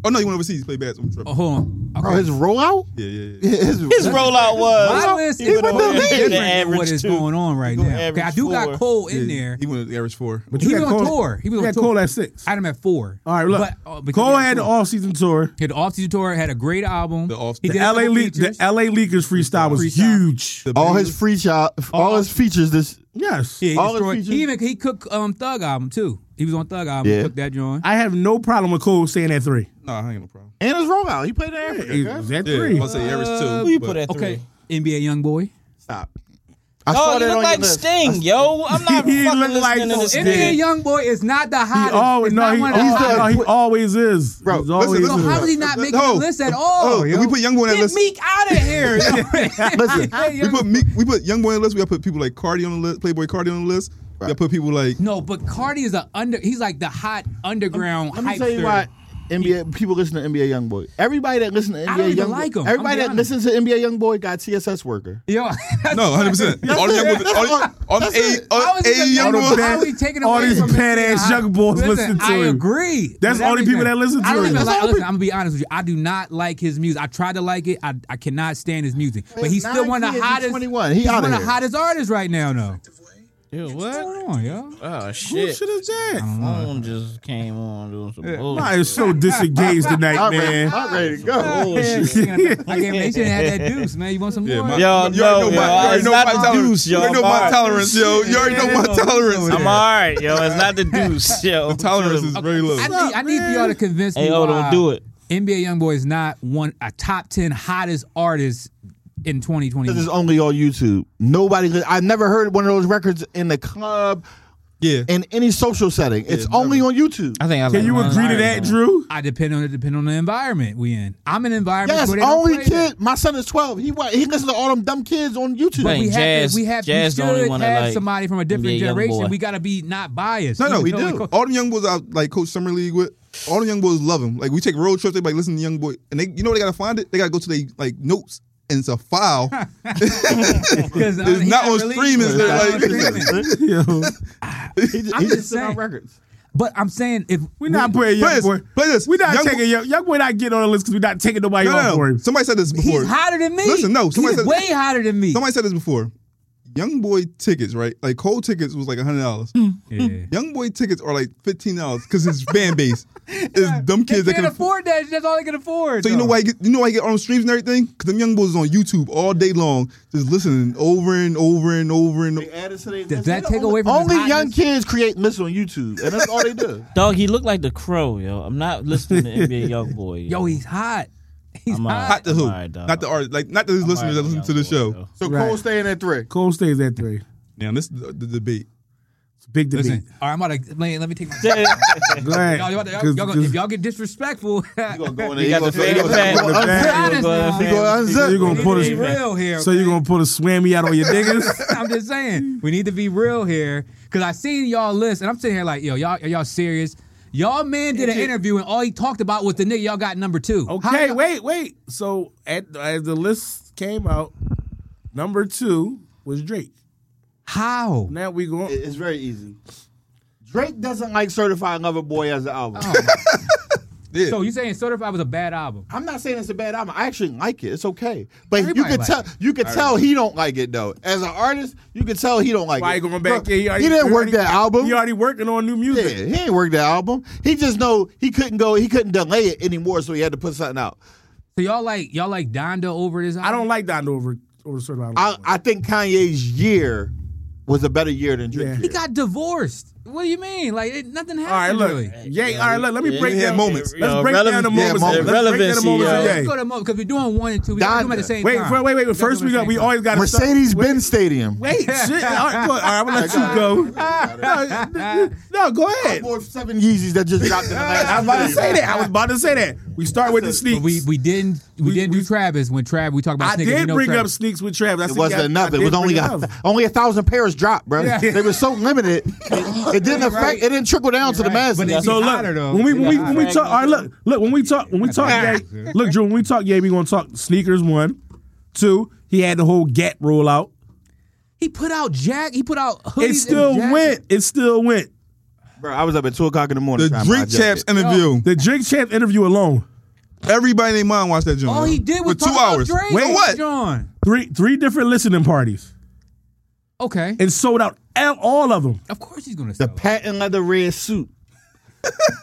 F: Oh no, he went overseas, played bass. I'm tripping.
D: Oh, hold on. Okay.
E: Bro, his rollout?
F: Yeah, yeah, yeah.
E: His,
C: His rollout was.
D: My list
C: he
D: is
C: went
D: totally
C: over
D: different
C: the
D: than
C: average
D: what is
C: two.
D: going on right now.
C: He
D: Okay, I
C: average
D: do
C: four.
D: got Cole in
F: Yeah,
D: there.
F: He went to the average four.
B: But
D: He
B: got
D: was on
B: Cole-
D: tour. He was
B: you got
D: on tour.
B: Cole at six.
D: I had him at four.
B: All right, look.
D: But, oh, because
B: Cole
D: he
B: had the
D: four.
B: off season tour.
D: He had the off-season tour. Had a great album.
F: The off-
D: He
F: The
D: did a
B: LA
D: couple
B: Le- the
D: features.
B: LA Leakers freestyle was
D: Freestyle.
B: huge.
F: The
E: all
F: biggest-
E: his free shot, all, his features. This
B: yes.
D: Yeah, he,
E: all his
D: destroyed,
E: features-
D: he even he cooked um Thug album too. He was on Thug album.
E: Yeah.
D: Cooked that joint.
B: I have no problem with Cole staying at three.
F: Nah, I ain't got no problem.
E: and his rollout, he played in Africa.
B: He
E: guys.
B: was at
F: Yeah,
B: three.
F: I'm gonna say average two.
C: Who you
F: but-
C: put at three?
D: Okay, NBA young boy.
E: Stop. I
C: Oh,
E: saw
C: you
E: that
C: look
E: on
C: like
E: your list.
C: Sting, yo. I'm not
B: He
C: fucking
B: look
C: listening
B: like
C: to this
B: Sting.
D: NBA
C: nigga.
D: young boy is not the
B: he
D: hottest.
B: always
D: It's
B: no,
D: not
B: he,
D: one of the
B: he's
D: hottest.
B: no, he always is.
E: Bro,
B: he's always
F: listen,
D: So
F: listen.
B: is.
D: how did he not make
F: No.
D: the list at all?
F: Oh, if we put Young Boy in that
D: Get
F: list-
D: Meek out of here.
E: Listen,
F: We put Meek, we put Young Boy on the list. We got to put people like Cardi on the list, Playboy Cardi on the list. We got to put people like
D: no, but Cardi is a under. He's like the hot underground.
E: let me
D: hypester.
E: tell you why NBA people listen to NBA YoungBoy. Everybody that listens to NBA
D: I don't even
E: YoungBoy,
D: like him. I'm
E: everybody that
D: behind.
E: listens to NBA YoungBoy got TSS worker.
D: Yo,
F: no, hundred percent. All the Young Boy, all, the- all the A,
D: How
F: all
D: is
F: the
D: it
F: A
D: the
F: Young
B: all the
F: Boy.
B: bad-
D: how we taking
B: all
D: away
B: these
D: from
B: bad-ass
D: Missy?
B: young boys listen to
D: I
B: him.
D: agree.
B: That's
D: with
B: the only people
D: everything.
B: that listen to
D: I don't
B: him.
D: even
B: That's
D: like.
E: all
D: Listen,
E: pe-
D: I'm gonna be honest with you. I do not like his music. I tried to like it. I, I cannot stand his music. But he's still
E: nine
D: one of the
E: kids, he's
D: hottest.
E: 21. He
D: he's
E: outta
D: one of the
E: here.
D: hottest artists right now, though.
C: Yo,
D: What's
C: what?
D: going on, yo?
C: Oh
B: Who
C: shit!
B: should have that?
C: Phone just came on doing some
B: I
C: bullshit.
B: is so disengaged tonight,
E: I'm ready,
B: man.
E: I'm ready to go.
C: Bullshit.
D: I gave they should have had that deuce, man. You want some
F: Yeah,
D: more?
C: Yo,
F: my- You already
C: no,
F: know
C: yo,
F: my- you already
C: it's
F: know
C: not
F: my
C: the
F: tolerance.
C: deuce, yo.
F: You already know
C: I'm all
F: my
C: right.
F: tolerance, yo. You already know my tolerance.
C: I'm all right, yo. It's not the deuce, yo.
F: Tolerance is very low.
D: I need, I need for y'all to convince me.
C: Hey, yo,
D: why
C: don't do it.
D: NBA YoungBoy is not one a top ten hottest artist in 2020.
E: This is only on YouTube. Nobody. li- I never heard one of those records in the club,
F: Yeah,
E: in any social setting. It's only on YouTube.
C: I think I
B: Can you agree to that, Drew?
D: I depend on it. Depend on the environment we in. I'm in an environment.
E: Yes,
D: where they don't
E: only
D: play
E: kid.
D: that.
E: My son is twelve. He wa- he listens to all them dumb kids on YouTube.
C: Wait.
D: We have,
C: Jazz-
D: to, we have,
C: Jazz
D: we
C: the only
D: should
C: one that
D: have
C: like
D: somebody from a different
C: NBA
D: generation.
C: YoungBoy.
D: We gotta be not biased.
F: No, no,
D: even
F: we
D: though
F: do.
D: co-
F: all them young boys I like Coach Summer League with. All them young boys love him. Like we take road trips, they be like listen to young boy, and they you know they gotta find it. They gotta go to their like notes, and it's a file.
D: 'Cause, uh,
F: It's
D: he
F: not on streaming,
D: he's
F: they're
D: not on
F: like-
D: streaming.
E: He, just-
D: I'm
E: he
D: just
E: just sent out
D: saying.
E: records.
D: But I'm saying if
B: We're not putting
F: play
B: young
F: this.
B: boy.
F: Play this.
B: We're not
F: Young Boy-
B: taking young, young boy not getting on the list because we're not taking nobody
F: No,
B: off
F: no,
B: for
F: no.
B: him.
F: Somebody said this before.
D: he's hotter than me.
F: Listen, no, somebody
D: he's
F: said-
D: way hotter than me.
F: Somebody said this before. Young boy tickets, right? Like cold tickets was like hundred dollars.
D: yeah.
F: Young boy tickets are like fifteen dollars because his fan base is dumb
D: They
F: kids that
D: can't
F: can afford.
D: afford that. That's all they can afford.
F: So you know
D: though.
F: why he get, you know why he get on streams and everything? Because them young boys is on YouTube all day long, just listening over and over and over and.
E: They added to their
D: Does
E: list.
D: that
E: They
D: take
E: only-
D: away from his
E: only young
D: hotness?
E: kids create lists on YouTube, and that's all they do.
C: Dog, he looked like the crow, yo. I'm not listening to NBA Young Boy.
D: Yo, he's hot. He's
C: I'm
D: hot.
F: Hot to who?
C: Alright, dog.
F: not the art, like not the listeners that listen to the show.
E: So
B: Right.
E: Cole staying at three.
B: Cole stays at three.
F: Now this is the, the debate.
B: It's a big debate.
D: Listen, all right, I'm about to let, let me take my.
B: Go ahead.
D: y'all, y'all, y'all,
B: Cause-
D: y'all gonna,
B: cause-
D: if y'all get disrespectful,
E: He
D: let's
E: gonna go in
C: He
E: there,
C: got the
E: he
C: fan
E: gonna say-
B: fan.
E: he gonna-
D: be honest now.
B: you gonna pull
D: be
B: his-
D: real here.
B: so you gonna pull a swammy out on your niggas?
D: I'm just saying we need to be real here because I seen y'all list and I'm sitting here like, yo, y'all are y'all serious? Y'all man did an interview and all he talked about was the nigga y'all got number two.
B: Okay, wait, wait. So at as the list came out, number two was Drake.
D: How?
B: Now we going.
E: It's very easy. Drake doesn't like Certified Lover Boy as an album.
F: Yeah.
D: So you saying Certified was a bad album?
E: I'm not saying it's a bad album. I actually like it. It's okay, but
D: Everybody
E: you could
D: like
E: tell you could tell he don't like it though. As an artist, you could tell he don't like
B: Why
E: it.
B: he going back?
E: Bro,
B: in?
E: he,
B: already-
E: didn't work
B: already-
E: that album.
B: He already working on new
E: yeah,
B: music.
E: he ain't work that album. He just know he couldn't go. He couldn't delay it anymore, so he had to put something out.
D: So y'all like y'all like Donda over this? Album?
B: I don't like Don over over certified.
E: I, I think Kanye's year was a better year than Drake's
B: Yeah.
E: year.
D: He got divorced. What do you mean? Like it, nothing
B: All right,
D: happened.
B: look.
D: really.
B: Yeah, all right, look. Let me
C: Yeah,
B: break
C: yeah,
B: down
F: moments.
B: Let's
C: Yeah,
B: break down the
C: relevant-
B: moments.
F: yeah,
B: Let's break down the moments
C: relevancy, yo.
B: of
D: Let's
B: Yay.
D: uh, go to because we're doing one and two. We gotta do them at the same
B: Wait,
D: time.
B: wait, wait, wait.
D: Let's
B: First,
D: do
B: we
D: them at
B: got.
D: the
B: We
D: same
B: always got to
E: Mercedes Benz Stadium.
B: Wait, shit. All right, look, all right, I'm gonna let you go. No, no, go ahead.
E: Or seven Yeezys that just dropped in the last.
B: I was about to say that. I was about to say that. We start with the
D: time.
B: sneaks.
D: But we we didn't we,
B: We-
D: didn't
B: we-
D: do Travis when Trav we talked about.
B: I
D: sneakers. You
B: did
D: know
B: bring up
D: Travis-
B: sneaks with Travis. I
E: It
B: said,
E: wasn't
B: yeah,
E: nothing.
B: I
E: It was
B: did
E: only
B: bring
E: a,
B: it up.
E: only a thousand pairs dropped, bro.
B: Yeah.
E: They were so limited. It didn't affect. It didn't trickle down to the masses.
D: But it's
B: So look,
D: hotter, though.
B: when we when we
D: It's
B: when we
D: hotter.
B: talk, all right, look, look, when we talk, when we talk, yeah, look, Drew, when we talk, yeah, we gonna talk sneakers. One, two, he had the whole Gap roll out.
D: He put out Jack. He put out. hoodies
B: It
D: and
B: still
D: jackets.
B: went. It still went.
E: Bro, I was up at two o'clock in the morning.
F: The
E: trying to
F: Drink
E: digest
F: Chaps
E: it.
F: interview.
B: The Drink Champ interview alone,
F: Everybody in their mind watched that joint.
D: All
F: bro.
D: he did was
F: for two
D: talk
F: hours.
D: About Drake.
F: Wait, what?
D: John.
B: three three different listening parties,
D: Okay.
B: and sold out el- all of them.
D: of course he's gonna
E: The
D: sell. it.
E: patent leather red suit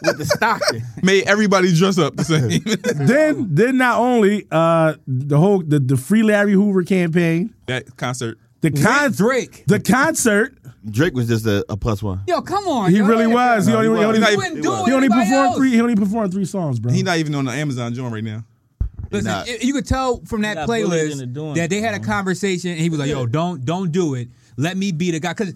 E: with the stocking.
F: Made everybody dress up the same.
B: Then then not only uh the whole the, the free Larry Hoover campaign,
F: that concert.
B: the con-
D: Drake.
B: the concert.
E: Drake was just a, a plus one.
D: Yo, come on.
B: He
D: yo.
B: really was. He
E: No,
B: only,
E: he
B: he only,
F: wasn't.
D: He
B: he
D: wouldn't
E: He
D: do
E: was.
D: it.
E: He
B: only
D: anybody
B: performed
D: else.
B: three. He only performed three songs, bro.
F: He not even on the Amazon joint right now.
D: Listen,
E: Nah.
D: you- you could tell from that
C: got bullied into doing
D: playlist that they had a
C: it,
D: conversation, and he was like, "Yo, don't don't do it. Let me be the guy." Because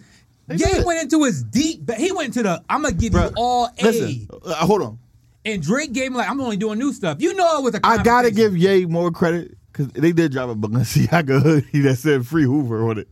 D: Ye
E: did.
D: went into his deep. ba- He went into the I'm gonna give you
E: Bruh,
D: all A,
E: Listen, uh, hold on.
D: and Drake gave him like I'm only doing new stuff. You know it was a.
E: I gotta
D: conversation.
E: give Ye more credit because they did drop a Balenciaga hoodie that said "Free Hoover" on it.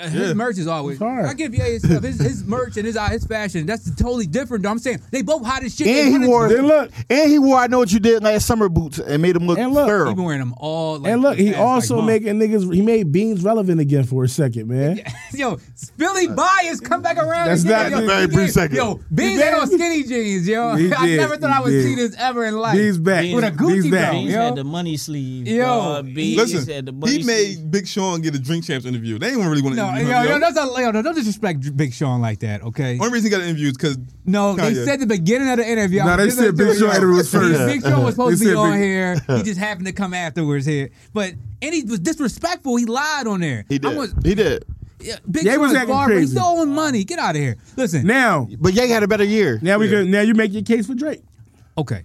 D: Uh, his merch is always.
B: hard.
D: I give Ye his stuff. His, his merch and his uh, his fashion. That's totally different. Though. I'm saying they both hot as shit. They
E: And
D: wanted
E: he wore.
D: to-
B: Then look.
E: And he wore. I know what you did last summer boots and made him look,
B: And look,
E: thorough.
D: He been wearing them all. Like,
B: and look,
D: for the
B: he
D: past, like,
B: also
D: month.
B: making niggas. He made beans relevant again for a second, man.
D: Yo, Billy Bias, come back around.
B: That's
D: again.
B: not-
D: yo,
E: Very
D: he
E: brief
D: did-
E: second.
D: Yo, Beans
B: He
D: had
B: did.
D: on skinny jeans, yo.
B: He
D: I
B: did,
D: never thought I
B: he
D: would
B: did.
D: see this ever in life.
B: Beans back.
D: With a Gucci
B: Beans back.
D: belt,
C: Beans
D: yo.
C: had the money sleeve.
D: Yo.
C: dog. Beans had the
F: Listen,
C: money
F: he
C: sleeve.
F: made Big Sean get a Drink Champs interview. They didn't really want to
D: No,
F: interview
D: yo,
F: him.
D: yo,
F: yo.
D: that's a, yo, no, don't disrespect Big Sean like that, okay?
F: Only reason he got an interview is because
D: No, they
F: Kanye.
D: said the beginning of the interview. I
B: Nah,
D: was
B: they
D: just
B: said
D: gonna
B: Big
D: do it.
B: Sean interview was first.
D: Big Sean was supposed
B: They
D: to be
B: said
D: on
B: Big-
D: here. He just happened to come afterwards here. But, and he was disrespectful. He lied on there.
E: he
D: I
E: did.
D: was,
E: he did.
D: yeah, Big
B: Ye
D: Sean
B: was
D: was
B: acting
D: barber. He's
B: crazy.
D: owing money. Get out of here. Listen.
B: Now,
E: But Ye had a better year.
B: now we can. Now you make your case for Drake.
D: okay.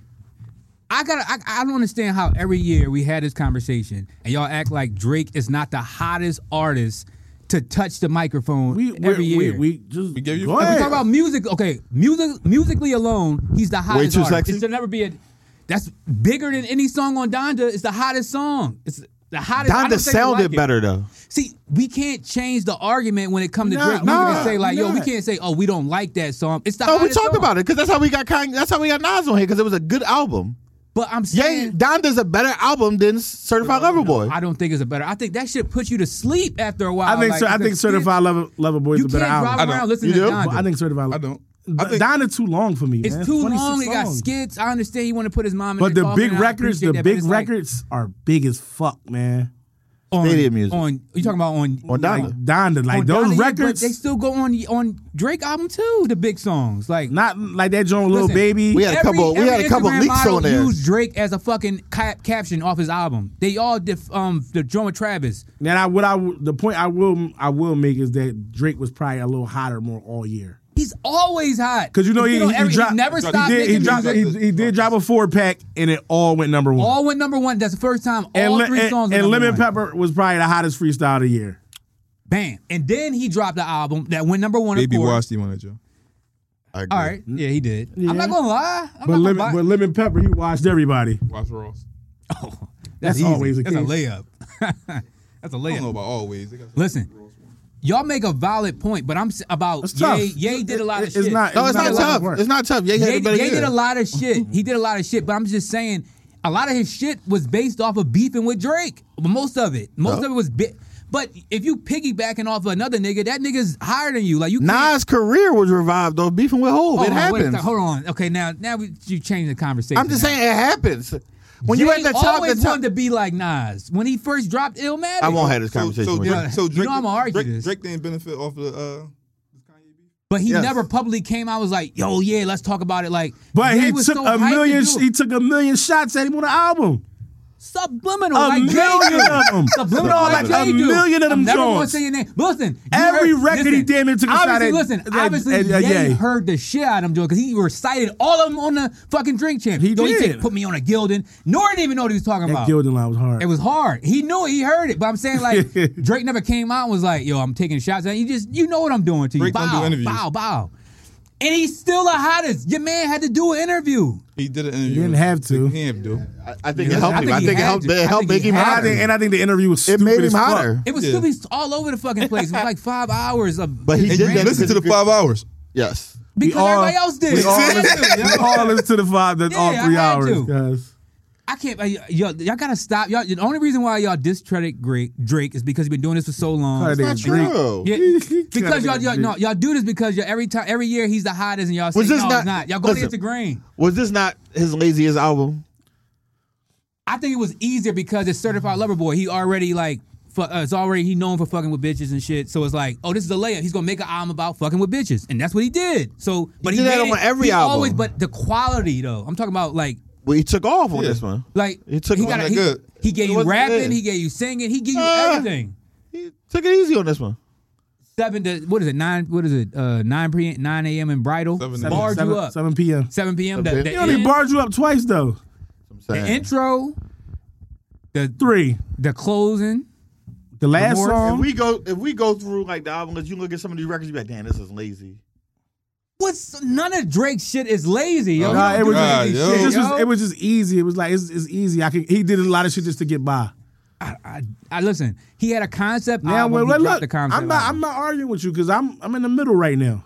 D: I gotta. I, I don't understand how every year we had this conversation and y'all act like Drake is not the hottest artist to touch the microphone
B: We
D: every
B: we,
D: year.
B: we we just
F: We gave you-
B: go
D: If we
B: ahead.
D: talk about music, okay, music musically alone, he's the hottest
E: too
D: artist.
E: sexy?
D: It should never be a. That's bigger than any song on Donda. It's the hottest song. It's the hottest. I don't
E: Donda
D: think they
E: sounded
D: like it.
E: better though.
D: See, we can't change the argument when it comes to
B: Nah,
D: Drake. We
B: nah,
D: can say like, yo, we
B: nah.
D: can't say, oh, we don't like that song. It's the.
E: Oh, we
D: hottest
E: talked
D: song.
E: about it because that's how we got Kanye. That's how we got Nas on here because it was a good album.
D: But I'm
E: Ye
D: saying
E: Donda's a better album than Certified Lover Boy.
D: I don't think it's a better. I think that should put you to sleep after a while.
B: I think
D: like,
B: so. I think
D: because
B: Certified Lover Lover Boy
D: You
B: is a
D: can't
B: better
D: drive
B: album.
F: don't.
D: around listening
E: You
D: to
E: do?
D: Donda.
B: I think Certified. Lover-
F: I don't. I think-
B: Donda too long for me.
D: it's
B: man.
D: too
B: 26
D: long. It got
B: songs.
D: skits. I understand you want to put his mom. in
B: But
D: his
B: the
D: coffin,
B: big
D: and I
B: records,
D: appreciate
B: the
D: that, but
B: big
D: it's like
B: records are big as fuck, man.
D: on,
E: Stadium music.
D: On you talking about on
E: On Donda.
B: Like Donda, like
D: on
B: those
D: Oh, Donda, yeah, but
B: records,
D: They still go on on Drake album too. The big songs like
B: not like that joint, little
D: Listen,
B: baby.
E: we had a couple- we had a couple
D: Instagram
E: leaks
D: model
E: on there.
D: Used Drake as a fucking ca- caption off his album. They all def- um the drummer Travis.
B: Now, I what I w- the point I will I will make is that Drake was probably a little hotter more all year
D: He's always hot
B: because you know he,
D: don't
B: he,
D: ever-
B: dropped,
D: never
B: he
D: stopped
B: did- he
D: making
B: dropped-
D: music.
B: he- he did drop a four pack and it all went number one.
D: All went number one. That's the first time all
B: and li-
D: three
B: and-
D: songs. were
B: and
D: number
B: Lemon
D: one.
B: Pepper was probably the hottest freestyle of the year.
D: Bam. And then he dropped the album that went number one.
F: Baby
D: of course.
F: watched him on that joint.
D: All right. Yeah, he did. I'm
B: Mm-hmm. Yeah.
D: not gonna lie. I'm
B: But
D: not
B: lemon,
D: gonna
B: but
D: lie.
B: lemon pepper, he watched everybody.
F: Watch Ross.
D: That's,
B: that's
D: easy.
B: always the
D: That's a
B: case.
D: layup. That's a
F: I don't know
D: layup.
F: about always. They got some-
D: Listen, y'all make a valid point, but I'm s- about
B: It's tough.
D: Ye. Ye did a lot of
B: It-
D: shit.
B: It's not.
E: No, it's
B: a
E: not
B: lot of
E: tough.
B: work.
E: It's not tough. Ye had
D: Ye,
E: a better
D: Ye
E: year.
D: did a lot of shit. He did a lot of shit, but I'm just saying, a lot of his shit was based off of beefing with Drake. Most of it. Most
E: No.
D: of it was. Bi- but if you piggybacking off of another nigga, that nigga's higher than you. Like you. can't-
E: Nas' career was revived though, beefing with Hov.
D: Hold
E: it
D: on, wait a
E: happens.
D: sec- Hold on. Okay, now now we, you change the conversation.
E: I'm just
D: now.
E: saying it happens. When you
D: Jay
E: at the top, the
D: always
E: top.
D: wanted to be like Nas when he first dropped Illmatic.
E: I won't have this
F: So,
E: conversation.
F: so,
E: with you.
F: Drake, so
D: You
F: Drake,
D: know I'ma argue
F: Drake,
D: this.
F: Drake didn't benefit off the. Uh,
D: but he
E: Yes.
D: never publicly came out and was like, "Yo, yeah, let's talk about it." Like,
B: But
D: Jay
B: he
D: was
B: took
D: so
B: a
D: hyped to
B: million.
D: do it.
B: He took a million shots at him on the album.
D: Subliminal,
B: A
D: like Jay
B: million
D: did.
B: of 'em.
D: Subliminal,
B: No,
D: like
B: like a
D: Jay do.
B: million of them
D: I'm never gonna
B: joints.
D: say your name. But listen, you
B: Every
D: heard-
B: record he damn near took a shot
D: obviously,
B: at- uh,
D: Listen,
B: at-
D: obviously,
B: at- at
D: Ye
B: Ye.
D: heard the shit out of him, Joe, because he recited all of them on the fucking drink champ.
B: He
D: Joe,
B: did.
D: said, put me on a Gildan. Nor didn't even know what he was talking
B: That
D: about.
B: Gildan line was hard.
D: It was hard. He knew it. He heard it. But I'm saying like Drake never came out and was like, "Yo, I'm taking shots." at you just you know what I'm doing to you.
F: Drake don't do
D: bow,
F: interviews.
D: bow, bow. And he's still the hottest. Your man had to do an interview.
F: He did an interview.
B: didn't have to.
F: He didn't have to.
E: I, I think it helped
D: I
E: him.
D: think
E: I
D: he
E: think it
D: had
E: helped.
D: to. I
E: It helped
D: think
E: make
D: he
E: him
D: had
B: and, I
E: hotter.
B: think, and I think the interview was
E: It
B: stupid
E: made him
B: as fuck.
E: hotter.
D: It was
F: Yeah.
D: still these all over the fucking place. It was like five hours of.
E: But he
D: and
E: did
D: ran-
E: that
F: Listen to the
E: because-
F: five hours.
E: Yes.
D: because
B: all-
D: everybody else did.
B: We all listened,
D: Yo,
B: we all listened to the five. That's all
D: Yeah, I
B: three
D: had
B: hours,
D: to.
B: guys.
D: I can't. I- Y'all, y'all gotta stop. Y'all. The only reason why y'all discredit Drake, Drake is because he's been doing this for so long.
B: Sorry, nigga, Drake.
E: True.
D: Yeah, because
B: Gotta
D: y'all,
B: be
D: y'all,
B: a
D: no,
B: dick.
D: y'all do this because y'all, every time, every year he's the hottest, and y'all say
E: Was
D: no,
E: this
D: it's
E: not-
D: not. Y'all go
E: listen.
D: against the grain.
E: Was this not his laziest album?
D: I think it was easier because it's certified lover boy. He already like fu- uh, it's already he known for fucking with bitches and shit. So it's like, oh, this is a layup. He's gonna make an album about fucking with bitches, and that's what he did. So, but he,
E: did that
D: made
E: on
D: it-
E: every
D: he
E: album.
D: Always, but the quality though. I'm talking about like
E: Well, he took off on
F: Yeah.
E: this one.
D: like
E: He took it
D: got
E: wasn't
D: he,
E: that good.
D: he gave
E: It
D: you
E: wasn't
D: rapping,
E: good.
D: he gave you singing, he gave you
E: Ah.
D: everything.
E: He took it easy on this one.
D: Seven to what is it? Nine what is it? Uh, nine pre nine a.m. in bridal
F: Seven to
D: barred
B: seven,
D: you up.
B: seven
D: Seven,
B: p.m.
D: p.m. The,
E: Seven
D: the
B: He only
D: end,
B: barred you up twice though.
E: I'm
D: the
E: saying.
D: intro, the
B: Three.
D: the closing.
B: The last
D: Remorse.
E: If
B: song.
E: we go, if we go through like the album, because you look at some of these records, you be like, damn, this is lazy.
D: What's none of Drake's shit is lazy, yo.
B: Nah,
D: He don't
B: it was,
D: do
F: God,
D: lazy
F: yo.
B: it,
D: shit,
B: just
D: yo.
B: was, it was just easy. It was like it's, it's easy. I could, he did a lot of shit just to get by.
D: I, I, I listen. He had a concept.
B: Now,
D: album,
B: well,
D: he
B: well,
D: dropped
B: look,
D: the concept
B: I'm not,
D: album.
B: I'm not arguing with you because I'm I'm in the middle right now.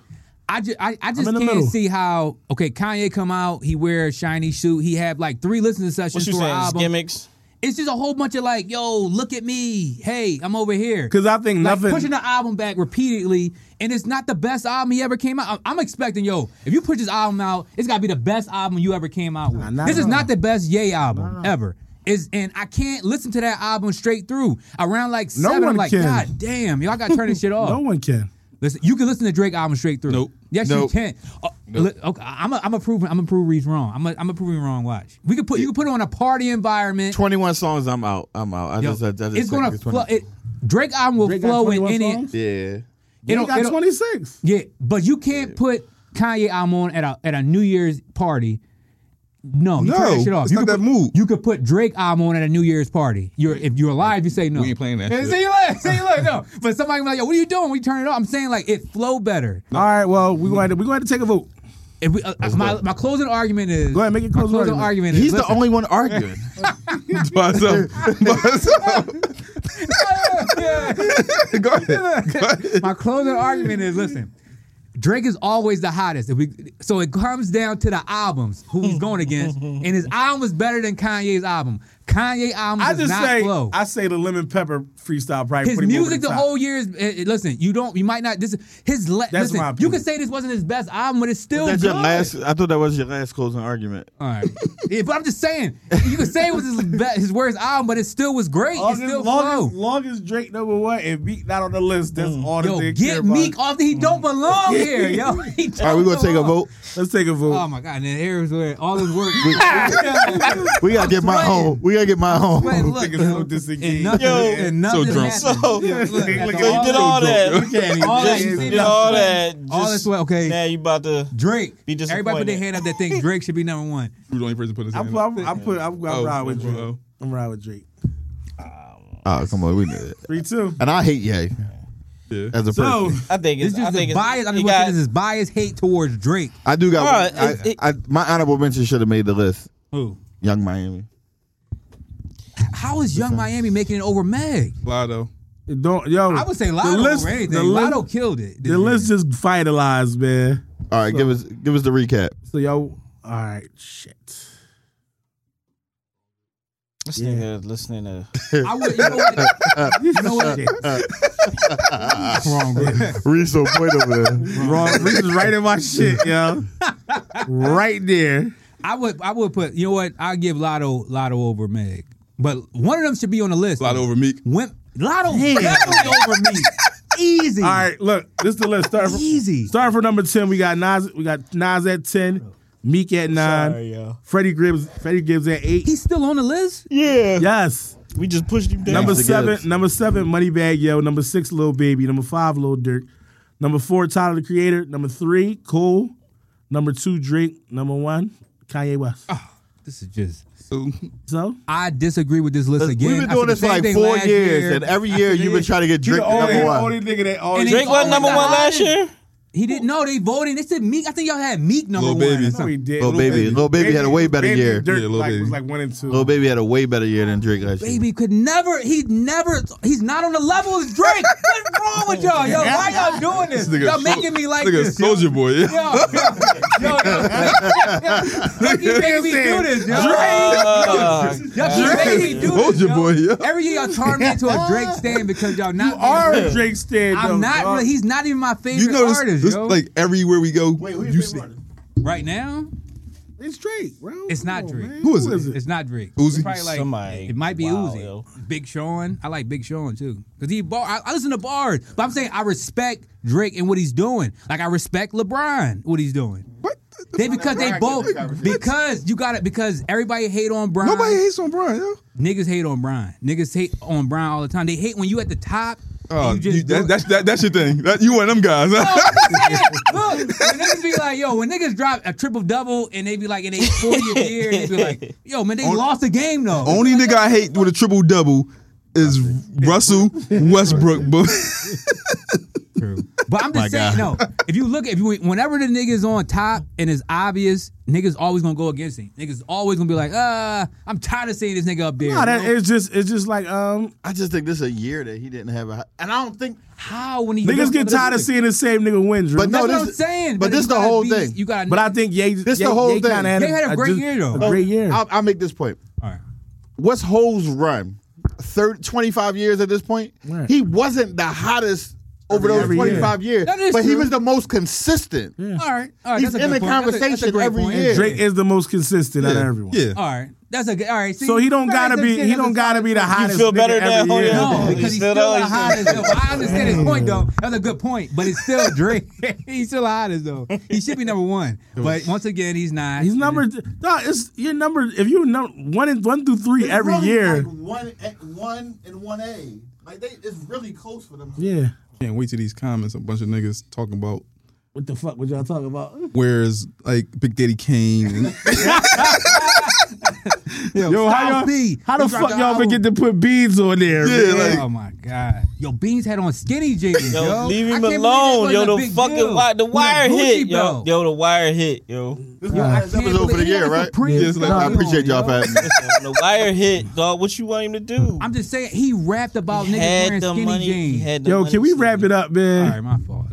D: I just, I, I just
B: in
D: can't
B: the middle.
D: see how. Okay, Kanye come out. He wear a shiny suit. He had like three listening
C: What
D: sessions
C: you
D: for an
C: saying? It's
D: album.
C: gimmicks.
D: It's just a whole bunch of like, yo, look at me. Hey, I'm over here.
B: Because I think
D: Like
B: nothing.
D: pushing the album back repeatedly, and it's not the best album he ever came out. I'm- I'm expecting, yo, if you push this album out, it's gotta be the best album you ever came out with.
B: Nah, nah,
D: this is
B: nah.
D: not the best Ye album ever. Is and I can't listen to that album straight through. Around like
B: No
D: seven, I'm
B: one
D: like,
B: can.
D: God damn, yo, I gotta turn this shit off.
B: no one can.
D: Listen, you can listen to Drake album straight through.
F: Nope.
D: Yes, you
F: Nope.
D: can. Uh, li- okay, I'm a, I'm a prove I'm a prove Reed's wrong. I'm a, I'm a prove Reed wrong. Watch. We could put you can put it on a party environment.
E: Twenty-one songs. I'm out. I'm out. I
D: Yo,
E: just, I, I just
D: it's
E: think
D: gonna
E: it's
D: flow. It, Drake album will
B: Drake got
D: flow in
B: 21
D: any.
B: songs?
E: yeah.
B: He
D: It'll-
B: got
D: it'll-
B: 26.
D: Yeah, but you can't put Kanye album on at a at a New Year's party. No, you turn
F: No,
D: that shit off.
F: it's
D: you
F: not
D: could
F: that
D: put,
F: mood.
D: You could put Drake album on at a New Year's party. You're if you're alive, you say no.
F: We ain't playing that
D: And
F: shit.
D: See you later. See you later. No, but somebody be like, yo, what are you doing? We turn it off. I'm saying like it flow better.
B: All right. Well, we're going to we're going to take a vote.
D: If we, uh, my, my closing argument is
B: Go ahead, make your
D: my
B: closing
D: closing
B: argument.
D: argument. is
E: He's the
D: listen,
E: only one arguing.
F: By himself. By himself. Go ahead. Go ahead.
D: my closing argument is listen. Drake is always the hottest. If we, so it comes down to the albums who he's going against, and his album is better than Kanye's album. Kanye album
B: I
D: does
B: just
D: not
B: say
D: flow.
B: I say the lemon pepper freestyle probably
D: his
B: put him over
D: music the,
B: top.
D: whole year is eh, eh, listen. You don't. You might not. This is his. Le-
B: That's
D: listen,
B: my
D: you
B: opinion.
D: can say this wasn't his best album, but it's still
E: That's
D: good.
E: your last. I thought that was your last closing argument.
D: All right, Yeah, but I'm just saying you can say it was his, be- his worst album, but it still was great.
B: Long
D: it
B: as,
D: still
B: long, as,
D: flowed.
B: long as Drake number one and Meek not on the list, that's all that
D: Yo,
B: they care
D: get
B: about.
D: Meek off. The, he don't belong here, yo. He
E: All right,
D: don't
E: we're gonna take a
D: belong.
E: vote.
B: Let's take a vote.
D: Oh my god, and then here's where all his work. Yeah.
E: We gotta get my
D: sweating.
E: home. We gotta get my
D: Wait,
E: home.
D: look,
B: Niggas so
D: and
B: disengaged.
D: nothing,
C: Yo,
D: and nothing
F: so drunk.
D: happened.
C: So-
D: Yeah, look,
B: Look,
D: after
B: so you
C: You did all that.
D: that- all that, you see
C: Did all
D: sweat,
C: that.
D: all
C: just-
D: that sweat. Okay,
C: Now you about to.
D: Drake.
C: Be
D: Everybody put their
C: disappointed.
D: hand up that thinks Drake should be number one.
F: You're the only person putting his hand
B: I'm, I'm,
F: up.
B: I'm, put, I'm, I'm
F: Oh,
B: riding with
F: oh,
B: Drake.
F: oh.
B: I'm riding with Drake.
E: Oh, come on, we knew it.
B: Three two.
E: And I hate Ye
F: Yeah.
E: as a
B: So
E: person.
C: I think it's.
D: This
C: I
D: just
C: think
D: the bias. I
C: It's,
D: mean,
C: you
D: what
C: got,
D: this is bias hate towards Drake.
E: I do got.
C: Bro, it-
E: I, I, my honorable mention should have made the list.
D: Who?
E: Young Miami.
D: How is Young Miami making it over Meg?
F: Lotto.
B: It don't yo.
D: I would say Lotto
B: the list,
D: over anything.
B: The list,
D: Lotto killed it.
B: the list just vitalized, man.
E: All right, give us give us the recap.
B: So yo, all right, shit.
C: this nigga listening to.
D: I would. You know what? You know what?
B: Shit.
D: Wrong, bro.
E: Reese on point over there.
B: Wrong. Reese is right in my shit, yo. right there.
D: I would. I would put. You know what? I give Lotto Lotto over Meg, but one of them should be on the list.
F: Lotto over Meek.
D: Wimp. Lotto definitely over me. Easy.
B: All right, look, this is the list. Start from,
D: Easy.
B: Start for number ten. We got Nas. We got Nas at ten. Meek at nine,
C: Sorry, yo.
B: Freddie Gibbs, Freddie Gibbs at eight.
D: He's still on the list?
C: Yeah.
B: Yes.
C: We just pushed him down.
B: Number
E: Thanks to
B: seven,
E: Gibbs.
B: number seven, Moneybag Yo. Number six, Lil Baby. Number five, Lil Durk. Number four, Tyler the Creator. Number three, Cole. Number two, Drake. Number one, Kanye West.
D: Ah. This is just.
F: So,
B: So
D: I disagree with this list
E: We've
D: again.
E: been
D: I said the
E: doing this for
D: same
E: like
D: thing
E: four
D: last
E: years,
D: year.
E: and every year you've been trying to get Drake number one.
B: nigga that
D: And
B: always.
D: he
C: Drake wasn't number
D: always
C: one last
D: died.
C: year.
D: He didn't know they voted. They said Meek. I think y'all had Meek number
F: Lil
D: one. or
F: Baby.
D: something.
B: did.
E: Lil Baby. Lil Baby had a way better
B: Baby
E: year.
B: and Durk,
F: Yeah, Lil
B: like,
F: Baby.
B: was like one and two.
E: Lil Baby had a way better year than Drake last year.
D: Baby could never. He never. He's not on the level as Drake. What's wrong with y'all? Yo, why y'all doing this?
F: nigga
D: y'all
F: so-
D: making me like
F: nigga,
D: this. yo.
F: Soldier Boy. Yeah.
D: Yo, yo, yo, y'all keep making me do this, yo.
C: Uh,
D: Y'all keep making me do this.
F: Soldier
D: yo.
F: Boy. Yeah.
D: Every year y'all turn me into a Drake stand because y'all not.
B: You are a Drake stand.
D: I'm
B: though,
D: not.
B: dog.
D: Really, he's not even my favorite
F: You know this,
D: artist,
F: this
D: yo.
F: like everywhere we go,
B: Wait, who
F: you
B: you
F: see.
B: favorite artist?
D: right now,
B: It's Drake, bro.
D: It's not
B: Come on,
D: Drake.
B: man.
F: Oh, Who is it?
D: it's not Drake.
F: Uzi?
D: It's probably like
C: Somebody.
D: it might be
C: Wow,
D: Uzi.
C: yo.
D: Big Sean. I like Big Sean too because he bar. I, I listen to bars, but I'm saying I respect Drake and what he's doing. Like I respect LeBron what he's doing.
F: What?
D: They because they both because you got it because everybody hate on Brian.
F: Nobody hates on Brian. Yo.
D: Niggas hate on Brian. Niggas hate on Brian all the time. They hate when you at the top. and
F: Oh,
D: you just
F: you- that-
D: do-
F: that's that, that's your thing. That, you one of them guys.
D: No, I'm just saying, Look, when niggas be like, yo, when niggas drop a triple double and they be like in their 40th year, they be like, yo, man, they lost the game though.
F: Only nigga I hate with a triple double is Russell Westbrook. But
D: But I'm just
E: My
D: saying, no. If you look, if you whenever the nigga's on top and it's obvious, niggas always gonna go against him. Niggas always gonna be like, uh, I'm tired of seeing this nigga up there.
B: Nah, that,
D: You know?
B: it's just it's just like um
E: I just think this is a year that he didn't have a, and I don't think.
D: How when he
B: niggas get tired of seeing the same nigga win, Drew.
E: But
D: That's
E: No,
D: what
E: this
D: I'm
E: is-
D: saying.
E: but this
D: you
E: the
D: gotta
E: whole
D: be-
E: thing.
D: You got,
B: But I think Ye,
E: This the whole thing.
B: Kinda had
D: Ye had a great
B: just-
D: year, though.
B: A great year.
E: I'll, I'll make this point.
D: All right.
E: What's Ho's run? Third, 25 years at this point.
B: Right.
E: He wasn't the hottest over those
B: Every year.
E: 25 years,
D: That is
E: but he
D: true.
E: was the most consistent.
D: All right. All right.
E: He's
D: that's a
E: in
D: good
E: the
D: point. That's a- that's a
E: conversation
D: great
E: every
D: point.
E: year.
B: Drake is the most consistent out of everyone.
F: yeah,
D: All right. That's a good. All right. See,
B: So he don't gotta
D: that's a-
B: be he
D: that's a
B: don't gotta
D: solid
B: be the
D: point.
B: hottest.
C: feel
B: nigga
C: better
B: every
C: now,
B: year.
C: Jorge?
D: No,
C: Yeah.
D: because he's
C: He's
D: still,
C: still
D: the
C: always-
D: hottest. though. I understand his point though. That's a good point, but it's still Drake. he's still the hottest though. He should be number one, but once again, he's not.
B: He's number no, it's your number if you number one and one through three every year.
G: one, one and one A. Like they, it's really close for them.
B: yeah.
F: can't wait to these comments. A bunch of niggas talking about
B: What the fuck was y'all talking about?
F: where's like Big Daddy Kane. And,
B: Yo, how,
D: Styles
B: y'all,
D: P.
B: how the
D: He dropped
B: fuck
D: the
B: y'all
D: album.
B: forget to put beads on there?
F: Yeah,
B: man?
F: like-
D: Oh my god, yo, Beans had on skinny jeans.
C: Yo,
D: Yo,
C: leave
D: I
C: him
D: can't believe
C: alone.
D: that
C: Yo,
D: wasn't a
C: the
D: big
C: fucking
D: deal.
C: wi- the
D: With a
C: wire
D: Gucci
C: hit. Yo,
D: belt.
C: yo, the wire hit. Yo,
E: This was
D: Can't
E: over
D: believe
E: the
D: he had
E: year,
D: a
E: right?
D: Supreme
F: Yes, like,
D: belt
E: I appreciate
D: on,
E: y'all
D: yo.
E: for having me.
C: the wire hit, dog. What you want him to do?
D: I'm just saying he rapped about
C: He
D: niggas wearing
C: had the
D: skinny
C: money. He
D: jeans.
C: had the
B: Yo,
C: money
B: can we
C: to-
B: wrap it up, man?
D: All right, my fault.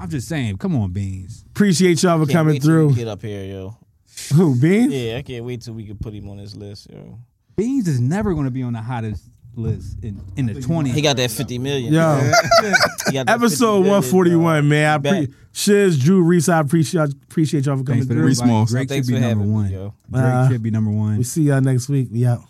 D: I'm just saying. Come on, Beans.
B: Appreciate y'all for
C: Can't
B: coming
C: wait till
B: through.
C: he Get up here, yo.
B: Who, Beans?
C: Yeah, I can't wait till we can put him on this list, yo.
D: Beans is never going to be on the hottest list in in the 20s.
C: He got that fifty million.
B: Yo.
C: He got that 50
B: Episode
C: million,
B: one forty one, man. I
C: back.
B: pre- Shiz, Drew, Reese, I appreciate y'all, appreciate y'all for coming
D: Thanks for
B: through.
F: Reese
D: everybody.
F: Moss.
D: Drake
C: Thanks
D: should be
C: for
D: number
C: having me,
D: one.
C: yo.
D: Drake
B: Uh,
D: should be number one.
B: We see y'all next week. We out.